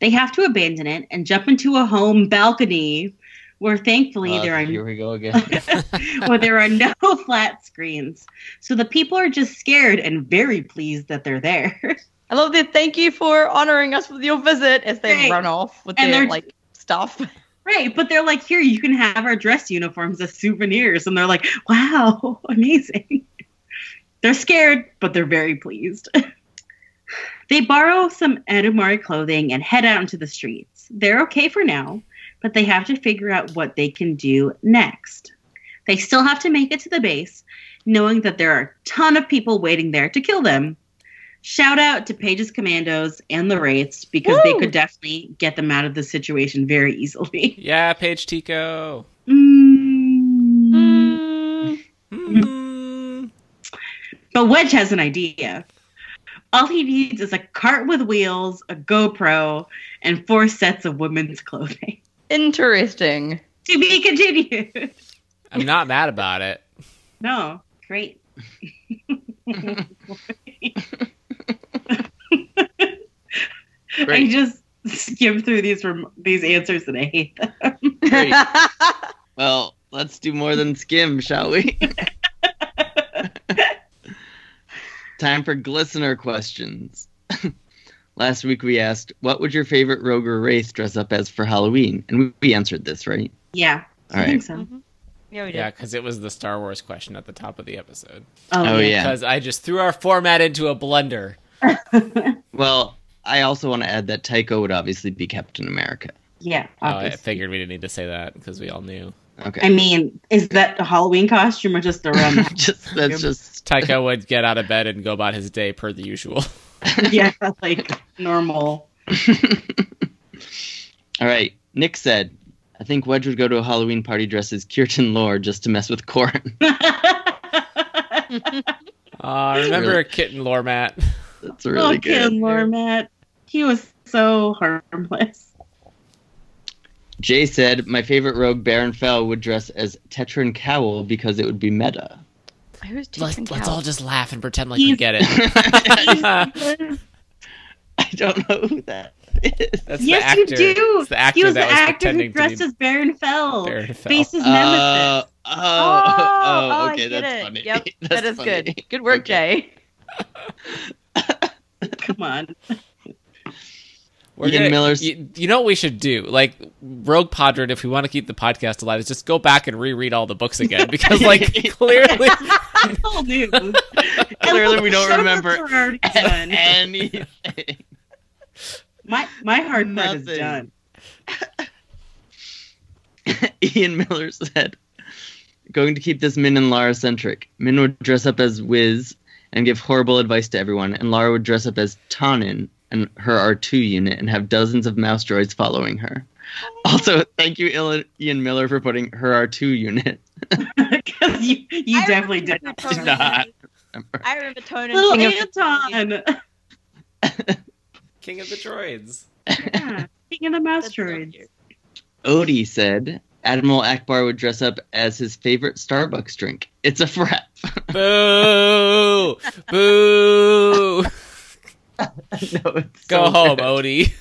They have to abandon it and jump into a home balcony where thankfully
Uh,
there are
Here we go again.
well, there are no flat screens. So the people are just scared and very pleased that they're there.
I love that. Thank you for honoring us with your visit as they
Right.
run off with
And
their
they're-
like stuff.
right. But they're like, here, you can have our dress uniforms as souvenirs. And they're like, wow, amazing. they're scared, but they're very pleased. they borrow some Edamari clothing and head out into the streets. They're okay for now, but they have to figure out what they can do next. They still have to make it to the base, knowing that there are a ton of people waiting there to kill them. Shout out to Page's Commandos and the Wraiths because they
Woo!
could definitely get them out of the situation very easily.
Yeah, Paige Tico.
Mm.
Hmm.
But Wedge has an idea. All he needs is a cart with wheels, a GoPro, and four sets of women's clothing.
Interesting.
To be continued.
I'm not mad about it.
No, great. I
Great.
just skim through these rem- these answers and I hate them.
Great.
I
Well, let's do more than skim, shall we? Time for glistener questions. Last week we asked, what would your favorite rogue or wraith dress up as for Halloween? And we, we answered this, right?
Yeah,
All
I think
right.
so.
Mm-hmm. Yeah, we did.
Yeah, because it was the Star Wars question at the top of the episode.
Oh, yeah.
Because I just threw our format into a blender.
Well, I also want to add that Tycho would obviously be Captain America.
Yeah,
Oh, I
obviously.
figured we didn't need to say that because we all knew.
Okay.
I mean, is that a Halloween costume or just a random?
just that's just
Tycho would get out of bed and go about his day per the usual.
yeah, like normal.
all right. Nick said, I think Wedge would go to a Halloween party dressed as Kirtan Lore just to mess with Corin.
Really
Uh, remember
Really?
Kitten lore, Matt?
That's a
Oh,
really good.
Lormat. He was so harmless.
Jay said, My favorite rogue Baron Fell would dress as Tetran Cowl because it would be meta.
Who's
Let's,
Tiefencow?
let's all just laugh and pretend like we
He's-
get it.
I don't know who that is.
That's
yes,
the actor.
you do.
It's the actor
he was the
that was
actor who
pretending
dressed
to
as Baron
be
Fell.
Baron Fell.
Faces
Uh,
Nemesis.
oh, oh,
oh, I
okay,
get
that's
it.
funny.
Yep,
That's
that is
funny.
good. Good work, Jay.
Come on.
We're
Ian
gonna-
Miller's-
You, you know what we should do? Like Rogue Podred, if we want to keep the podcast alive, is just go back and reread all the books again because, like, clearly,
All news.
Clearly we don't remember
Done.
Anything.
My my hard part is
Nothing.
done.
Ian Miller said, "Going to keep this Min and Lara centric. Min would dress up as Wiz and give horrible advice to everyone, and Lara would dress up as Tannen and her R2 unit and have dozens of mouse droids following her. Also, thank you, Il- Ian Miller, for putting her R2 unit.
Because you, you
I
definitely did not.
remember Tone
Nah.
and King. I remember Tone and
Little
King of the-
Anton.
King of the Droids.
Yeah. King of the Mouse
That's so
Droids.
cute.
Odie said." Admiral Akbar would dress up as his favorite Starbucks drink. It's a frap.
Boo! Boo!
no, it's
Go
so
home,
good.
Odie.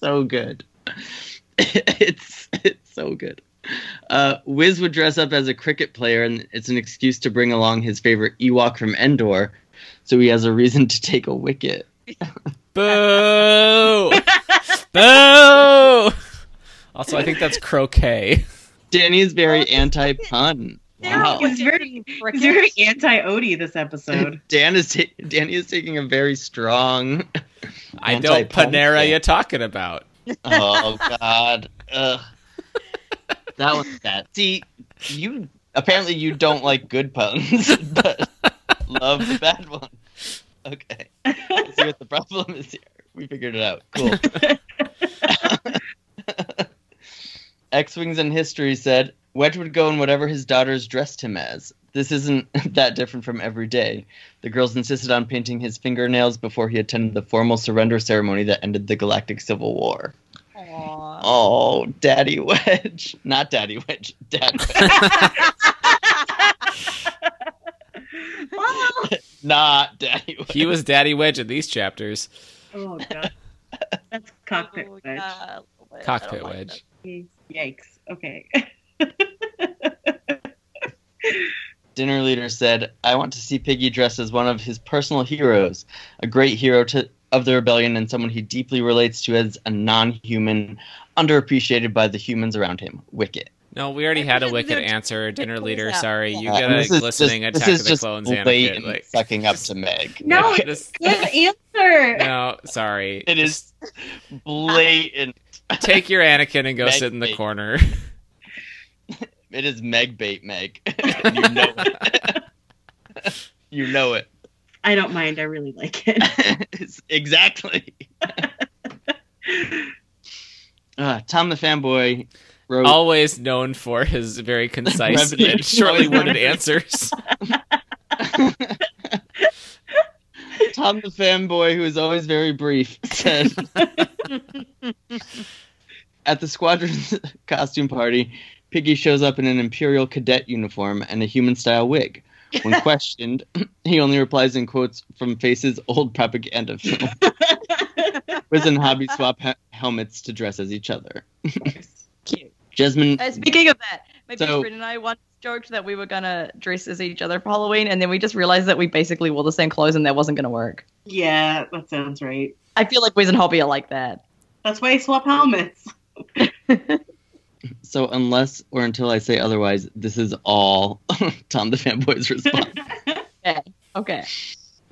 so good. it's it's so good. Uh, Wiz would dress up as a cricket player, and it's an excuse to bring along his favorite Ewok from Endor, so he has a reason to take a wicket.
Boo! Boo! Also, I think that's croquet.
Danny is very anti-pun. Wow.
He's very, he's very anti Odie this episode.
Dan is ta- Danny is taking a very strong.
I know
Anti-pun?
Panera you're talking about.
Oh God, Ugh. that was that. See, you apparently you don't like good puns, but love the bad one. Okay. I see what the problem is here. We figured it out. Cool. X Wings and History said Wedge would go in whatever his daughters dressed him as. This isn't that different from every day. The girls insisted on painting his fingernails before he attended the formal surrender ceremony that ended the Galactic Civil War.
Aww.
Oh, Daddy Wedge. Not Daddy Wedge. Dad Wedge. Not Daddy Wedge.
He was Daddy Wedge in these chapters.
Oh god, that's cockpit
Oh,
wedge.
yeah, a little bit. I
Cockpit
don't like
Wedge.
Yikes. Okay.
Dinner leader said, I want to see Piggy dressed as one of his personal heroes, a great hero to, of the rebellion and someone he deeply relates to as a non human, underappreciated by the humans around him, Wicket.
No, we already
I
had a
think
wicked
they're-
answer, dinner
they're
leader.
close out.
Sorry,
Yeah.
you
Uh,
got
and this
a
is
glistening
just-
attack
this is
of the
just
clones
blatant
Anakin. Like,
sucking up to Meg.
No,
Like,
it-
this-
Good answer.
no, sorry.
it is blatant.
Take your Anakin and go
Meg
sit in the
me.
corner.
It is Meg bait, Meg. you know it. you know it.
I don't mind. I really like it.
It's- exactly. Uh, Tom the fanboy wrote.
Always known for his very concise
Brevity.
and shortly worded answers.
Tom the fanboy, who is always very brief, said At the squadron's costume party, Piggy shows up in an Imperial cadet uniform and a human style wig. When questioned, he only replies in quotes from Face's old propaganda film. Prison hobby swap he- helmets to dress as each other. Jasmine,
Uh, speaking of that, my
So-
best friend and I once joked that we were gonna dress as each other for Halloween, and then we just realized that we basically wore the same clothes, and that wasn't gonna work.
yeah, that sounds right.
I feel like Wiz and Hobby are like that.
That's why I swap helmets.
so unless or until I say otherwise, this is all Tom the fanboy's response.
Okay.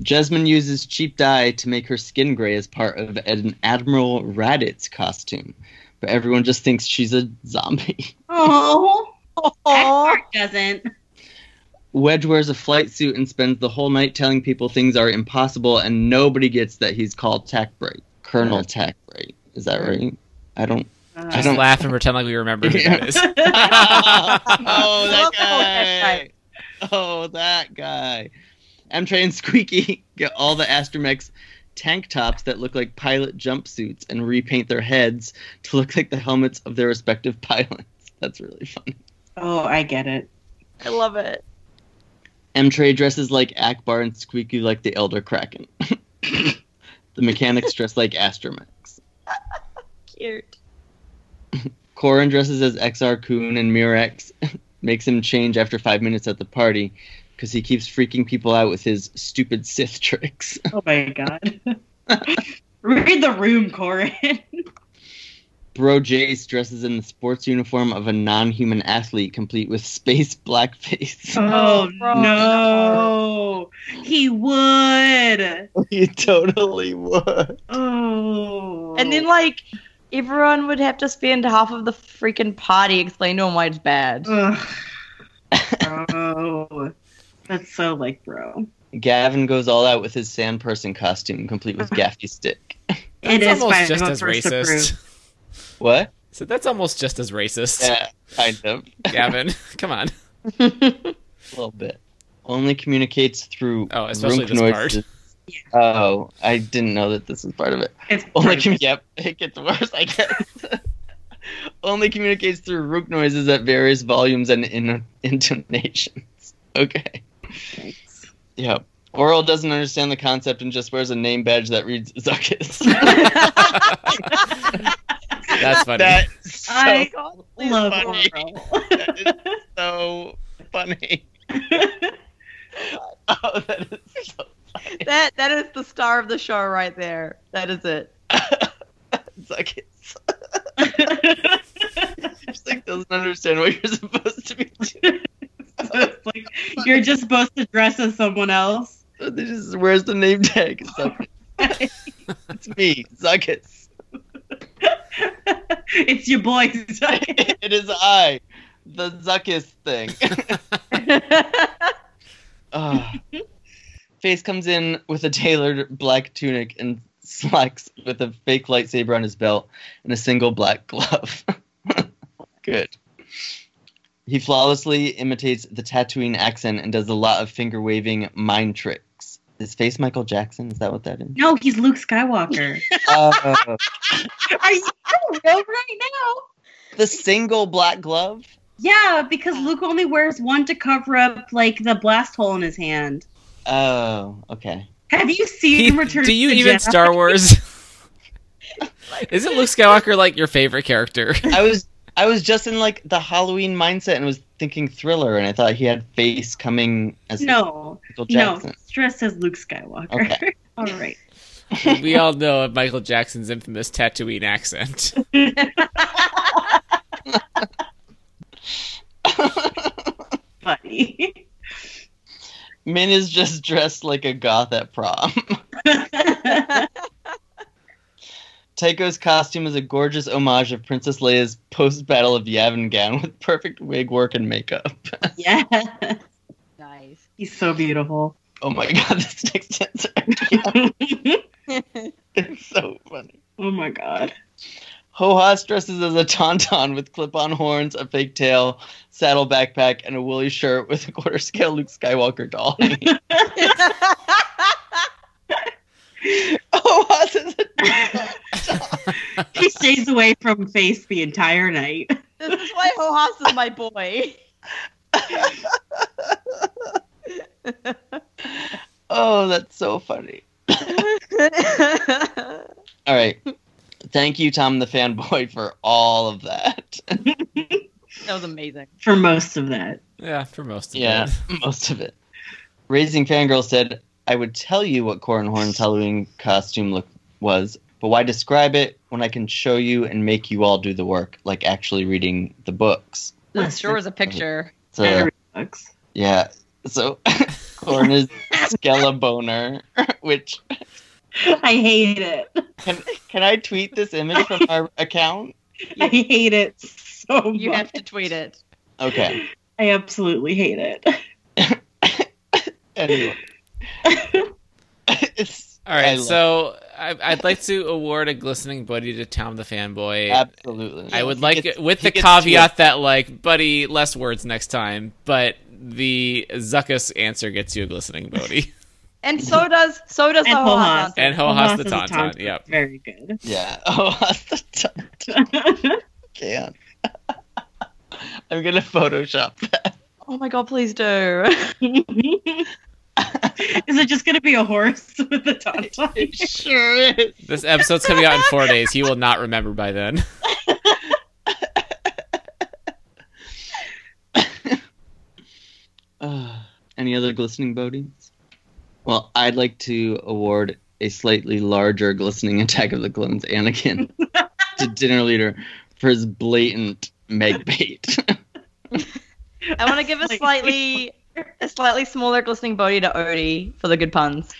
Jasmine uses cheap dye to make her skin gray as part of an Admiral Raditz costume, but everyone just thinks she's a zombie.
Oh, that
Aw.
part doesn't.
Wedge wears a flight suit and spends the whole night telling people things are impossible, and nobody gets that he's called Tackbright. Colonel Tackbright. Is that right? I don't.
Uh,
I
Just
don't-
laugh and pretend like we remember who that is.
oh,
that guy.
Oh, that guy. M Train Squeaky get all the Astromechs tank tops that look like pilot jumpsuits and repaint their heads to look like the helmets of their respective pilots. That's really funny.
oh, I get it.
I love it.
M Tray dresses like Akbar and Squeaky like the Elder Kraken. the mechanics dress like Astromechs.
Cute.
Corin dresses as XR Coon and Murex makes him change after five minutes at the party because he keeps freaking people out with his stupid Sith tricks.
Oh my god. Read the room, Corin.
Bro Jace dresses in the sports uniform of a non human athlete, complete with space blackface.
Oh,
bro.
no. He would.
he Oh, totally would.
Oh.
And then like everyone would have to spend half of the freaking party explaining to him why it's bad.
Ugh. bro. That's so like, bro.
Gavin goes all out with his sand person costume, complete with gaffy stick.
It
That's
is
almost
by
just
vote
as
first
racist.
approved.
What?
So that's almost just as racist,
Yeah, kind of.
Gavin. Come on.
A little bit. Only communicates through
Oh, especially
room
this part.
noises. Oh, I didn't know that this was part of it.
It's
Only
part of
commu- yep, it gets worse, I guess. Only communicates through rook noises at various volumes and in- intonations. Okay.
it.
Yep. Oral doesn't understand the concept and just wears a name badge that reads Zuckus.
That's funny.
That's so,
I love
funny.
Oral.
that is so funny. oh, that is so
that that is the star of the show right there. That is it.
Zuckus. Just like doesn't understand what you're supposed to be doing.
It's like, you're just supposed to dress as someone else.
So they just where's the name tag? It's, like, it's me, Zuckus.
it's your boy. Zuck.
It is I, the Zuckus thing. Ah. Face comes in with a tailored black tunic and slacks with a fake lightsaber on his belt and a single black glove.
Good.
He flawlessly imitates the Tatooine accent and does a lot of finger waving mind tricks. Is face Michael Jackson? Is that what that is?
No, he's Luke Skywalker.
Oh,
Are you real right now?
the single black glove?
Yeah, because Luke only wears one to cover up like the blast hole in his hand.
Oh, okay.
Have you seen Return?
do you
to the
even
Jedi?
Star Wars? Isn't Luke Skywalker like your favorite character?
I was I was just in like the Halloween mindset and was thinking thriller and I thought he had face coming as
No,
Michael
no.
Jackson.
Stress says Luke Skywalker.
Okay.
All right.
we all know of Michael Jackson's infamous Tatooine accent.
Funny.
Min is just dressed like a goth at prom. Tycho's costume is a gorgeous homage of Princess Leia's post Battle of Yavin gown with perfect wig work and makeup.
yeah.
Nice.
He's so beautiful.
Oh my god, this next answer
oh
is so funny.
my god.
Hohas dresses as a tauntaun with clip on horns, a fake tail, saddle backpack, and a woolly shirt with a quarter scale Luke Skywalker doll. Hohas is a
He stays away from face the entire night.
This is why Hohas is my boy.
Oh, that's so funny. All right. Thank you, Tom the fanboy, for all of that.
That was amazing.
For most of that.
Yeah, for most of
Yeah,
it.
most of it. Raising Fangirl said, I would tell you what Corin Horn's Halloween costume look was, but why describe it when I can show you and make you all do the work, like actually reading the books?
There sure was a picture.
So,
Books.
yeah. So, Corin is Skeleborner, which
I hate it.
can, can I tweet this image from our account?
I hate it so much.
You have to tweet it.
Okay.
I absolutely hate it.
anyway. it's,
All right,
I love
so I, I'd like to award a glistening buddy to Tom the fanboy.
it. absolutely.
I would
He
like
gets-
it with
he
the
gets two.
caveat that like, buddy, less words next time, but the Zuckus answer gets you a glistening buddy.
And so does so does
And
the
Hohas.
Hohas.
and Hohas the
Hohas is a
Tauntaun. Yep.
Very good.
Yeah. Oh, that's the top can. I'm gonna Photoshop that.
Oh my god, please do.
Is it just going to be a horse with a tauntaun?
sure is.
This episode's coming out in four days. He will not remember by then.
Uh, any other glistening Bodies? Well, I'd like to award a slightly larger glistening Attack of the Clones Anakin to dinner leader for his blatant meg bait.
I want to give a slightly a slightly smaller glistening body to Odie for the good puns.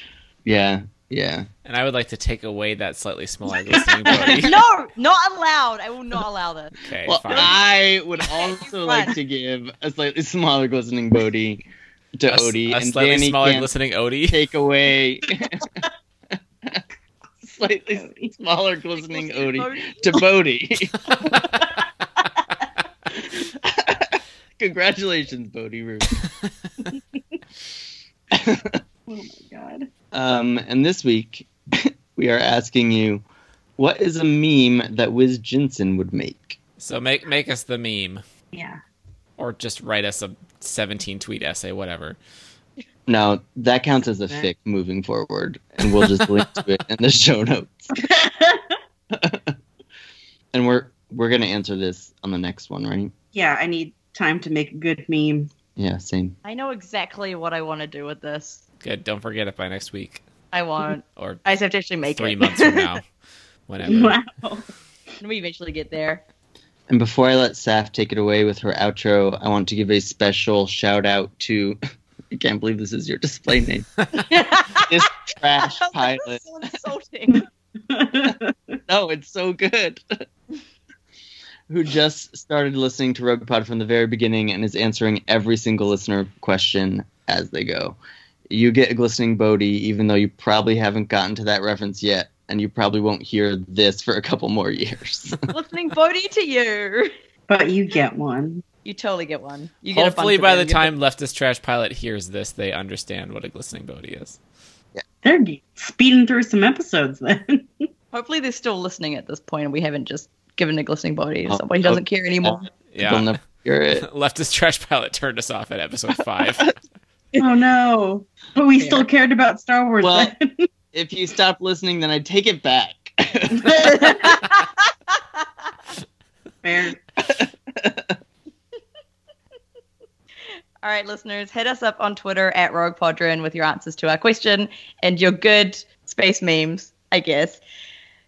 yeah, yeah.
And I would like to take away that slightly smaller glistening buddy.
no, not allowed. I will not allow this.
Okay,
well,
fine.
I would also like to give a slightly smaller glistening Bodhi to
a, s-
Odie
a
and
slightly
Danny
smaller
can
glistening Odie.
take away slightly smaller glistening Odie to Bodhi. Congratulations, Bodhi Root.
Oh my god.
Um, and this week we are asking you, what is a meme that Wiz Jensen would make?
So make make us the meme,
Yeah.
or just write us a 17 tweet essay, whatever.
Now that counts as a
Okay.
fic moving forward, and we'll just link to it in the show notes. and we're we're gonna answer this on the next one, right?
yeah, I need time to make a good meme.
Yeah, same.
I know exactly what I want to do with this.
Good. Don't forget it by next week
I won't.
or
I just have to actually make
three
it.
months from now, whenever.
Wow.
we eventually get there.
And before I let Saf take it away with her outro, I want to give a special shout out to. I can't believe this is your display name. this trash pilot.
so insulting.
No, it's so good. Who just started listening to Rogue Pod from the very beginning and is answering every single listener question as they go. You get a glistening Bodhi, even though you probably haven't gotten to that reference yet, and you probably won't hear this for a couple more years.
listening Bodhi to you.
but you get one.
You totally get one. You get a
Hopefully,
bunch
by
of
the
them.
time
You get
leftist trash pilot hears this, they understand what a glistening booty is.
They're speeding through some episodes then.
Hopefully, they're still listening at this point, and we haven't just given a glistening body to
Oh,
someone who doesn't care anymore.
They'll
Yeah,
never hear it.
leftist trash pilot turned us off at episode five.
oh no. But we still cared about Star Wars
Well-
then.
If you stop listening, then I take it back.
Fair.
All right, listeners, hit us up on Twitter at Rogue Podron with your answers to our question and your good space memes, I guess.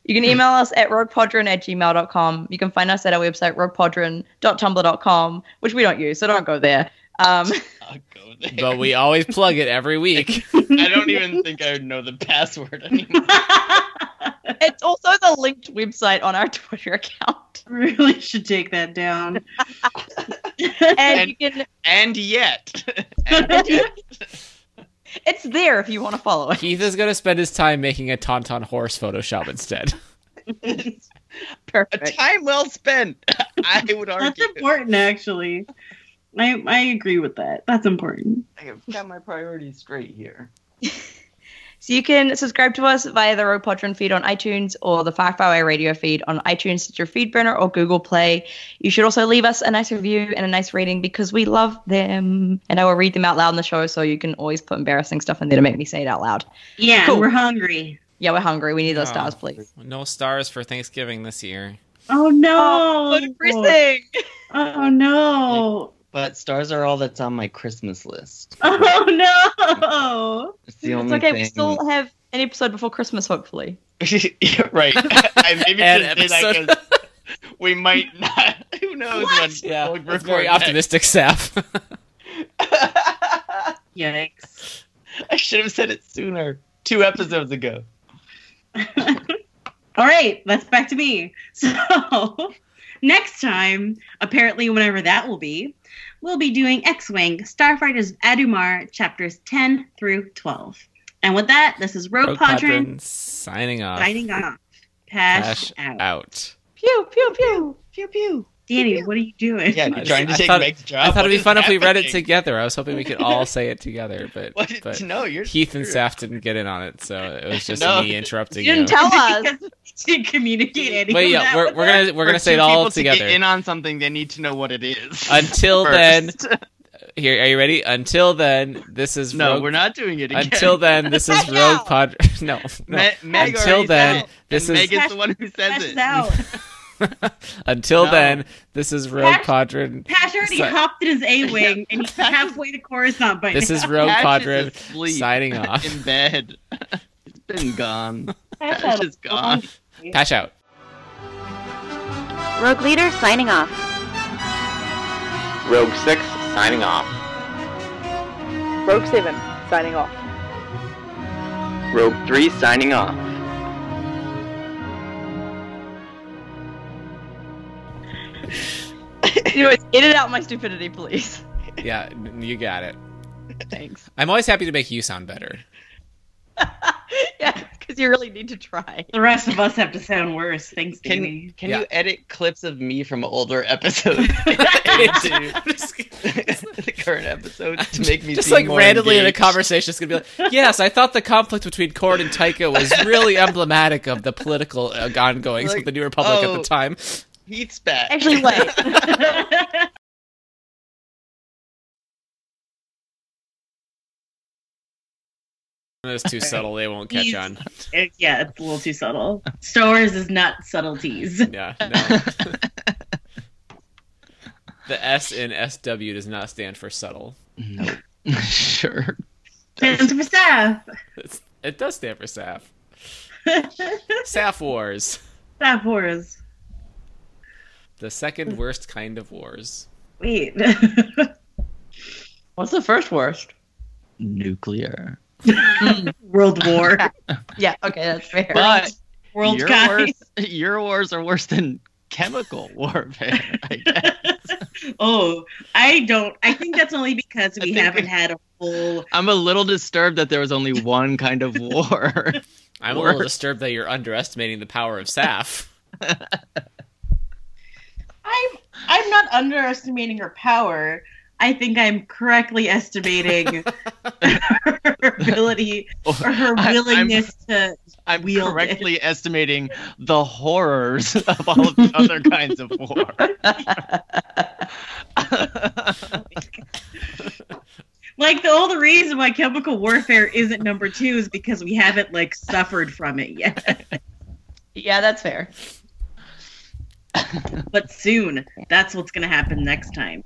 You can email us at roguepodron at gmail.com. You can find us at our website, roguepodron.tumblr.com, which we don't use, so don't go there. Um,
I'll go there.
but we always plug it every week.
I don't even think I know the password anymore.
it's also the linked website on our Twitter account.
really should take that down.
And, you can,
And yet,
it's there if you want to follow it.
Keith is going to spend his time making a tauntaun horse Photoshop instead.
a
Perfect.
time well spent. I would
That's
argue.
important actually. I I agree with that. That's important.
I have got my priorities straight here.
So you can subscribe to us via the Rogue Podron feed on iTunes or the Far Far Away Radio feed on iTunes, Stitcher Feedburner, or Google Play. You should also leave us a nice review and a nice rating because we love them. And I will read them out loud in the show, so you can always put embarrassing stuff in there to make me say it out loud.
Yeah,
Cool.
we're hungry.
Yeah, we're hungry. We need those
Oh.
stars, please.
No stars for Thanksgiving this year.
Oh no.
Oh, so depressing.
Oh no.
But stars are all that's on my Christmas list.
Oh
It's the
It's
only
okay.
thing.
We still have an episode before Christmas, hopefully.
Yeah, right. I maybe
And
just say that
episode-
'cause we might not. Who knows when
Yeah,
we'll
that's
record
very
next.
optimistic, Saf.
no. Yikes.
I should have said it sooner. Two episodes ago.
All right, that's back to me. So, next time, apparently, whenever that will be, we'll be doing X Wing Starfighters of Adumar chapters 10 through 12. And with that, this is Rogue,
Rogue
Padron
Padron signing off.
signing off. Pash,
Pash
out.
out.
Pew, pew, pew, pew, pew.
Danny, what are you doing?
Yeah,
I
you're trying to
just- I
take
thought-
Meg's job.
I thought
What
it'd be
is
fun if we read it
happening?
together. I was hoping we could all say it together, but,
What?
but
no, you're
Keith and
screwed.
Saf didn't get in on it, so it was just
No.
me interrupting
You didn't
you.
tell us.
Because we didn't communicate any
But
of
yeah,
that
we're,
with
we're
us.
gonna we're
For
gonna say
two
it all
people to get
together.
in on something, they need to know what it is.
Until
first.
then, here are you ready? Until then, this is
no,
Rogue-
we're not doing it again.
Until then, this is Rogue Pod. No, no.
Me- Meg
until
already
then,
said it,
this
and
is
Meg is the one who says
Pash is
it.
out.
until
No.
then, this is Rogue
Pash-
Padron.
Pash already
Sorry.
hopped in his A Wing and he's halfway to Coruscant by
This
now.
is Rogue
Pash is
Padron
asleep
signing off.
in bed. It's been gone.
Pash
Pash
out.
is gone.
Pash out.
Rogue Leader signing off.
Rogue 6 signing off.
Rogue Seven signing off.
Rogue 3 signing off.
Anyways, edit out my stupidity, please.
Yeah, n- you got it.
Thanks.
I'm always happy to make you sound better.
yeah, because you really need to try.
The rest of us have to sound worse. Thanks,
Can-
Danny.
Can
Yeah.
you edit clips of me from older episodes into the current episode to make me
just
seem
like
more
randomly in a
engaged?
conversation, it's gonna be like, "Yes, I thought the conflict between Cord and Taika was really emblematic of the political uh, ongoings
Like,
of the New Republic at
oh.
the time."
Heath's back.
Actually, wait.
It's too subtle; they won't catch
He's-
on.
It- yeah, it's a little too subtle. Star Wars is not subtleties.
Yeah, no. the S in SW does not stand for subtle.
sure.
Stands for staff.
It's, it does stand for SAF. SAF wars,
Staff Wars.
the second worst kind of wars.
Wait.
What's the first worst?
Nuclear.
World War.
Yeah, okay, that's fair.
But
World
your
guy.
wars, your wars are worse than chemical warfare. I guess.
Oh, I don't. I think that's only because we
think
haven't
we-
had a full.
I'm a little disturbed that there was only one kind of war.
I'm a little
Wars.
disturbed that you're underestimating the power of SAF.
I'm. I'm not underestimating her power. I think I'm correctly estimating her ability
Oh,
or her
I- I'm-
willingness to.
I'm
Wield it.
correctly estimating the horrors of all of the other kinds of war.
Like the only reason why chemical warfare isn't number two is because we haven't like suffered from it yet.
Yeah, that's fair.
But soon, that's what's gonna happen next time.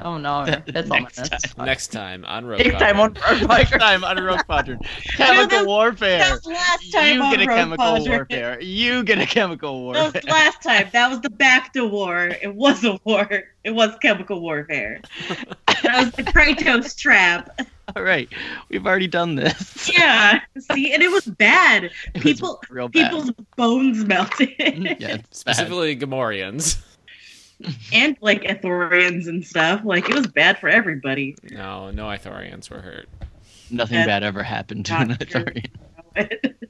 Oh no, that's all my
Next
best.
Next time on Rogue
Big time on
Squadron.
Rogue
Next
Fighter.
time on Rogue Squadron, chemical
those- That
warfare.
was last time
You
on
get a
Rogue
chemical
Padre.
warfare. You get a chemical
That
warfare.
was last time. That was the back to war. It was a war. It was chemical warfare. That was the Kratos trap.
All right, we've already done this.
Yeah. See, and it was bad.
It was
People
real bad.
people's bones melted.
yeah, it's bad.
Specifically, Gamorreans.
and like Ethorians and stuff. Like it was bad for everybody.
No, no Ithorians were hurt.
nothing
That's
bad ever happened to
not
an
true.
Atari.
it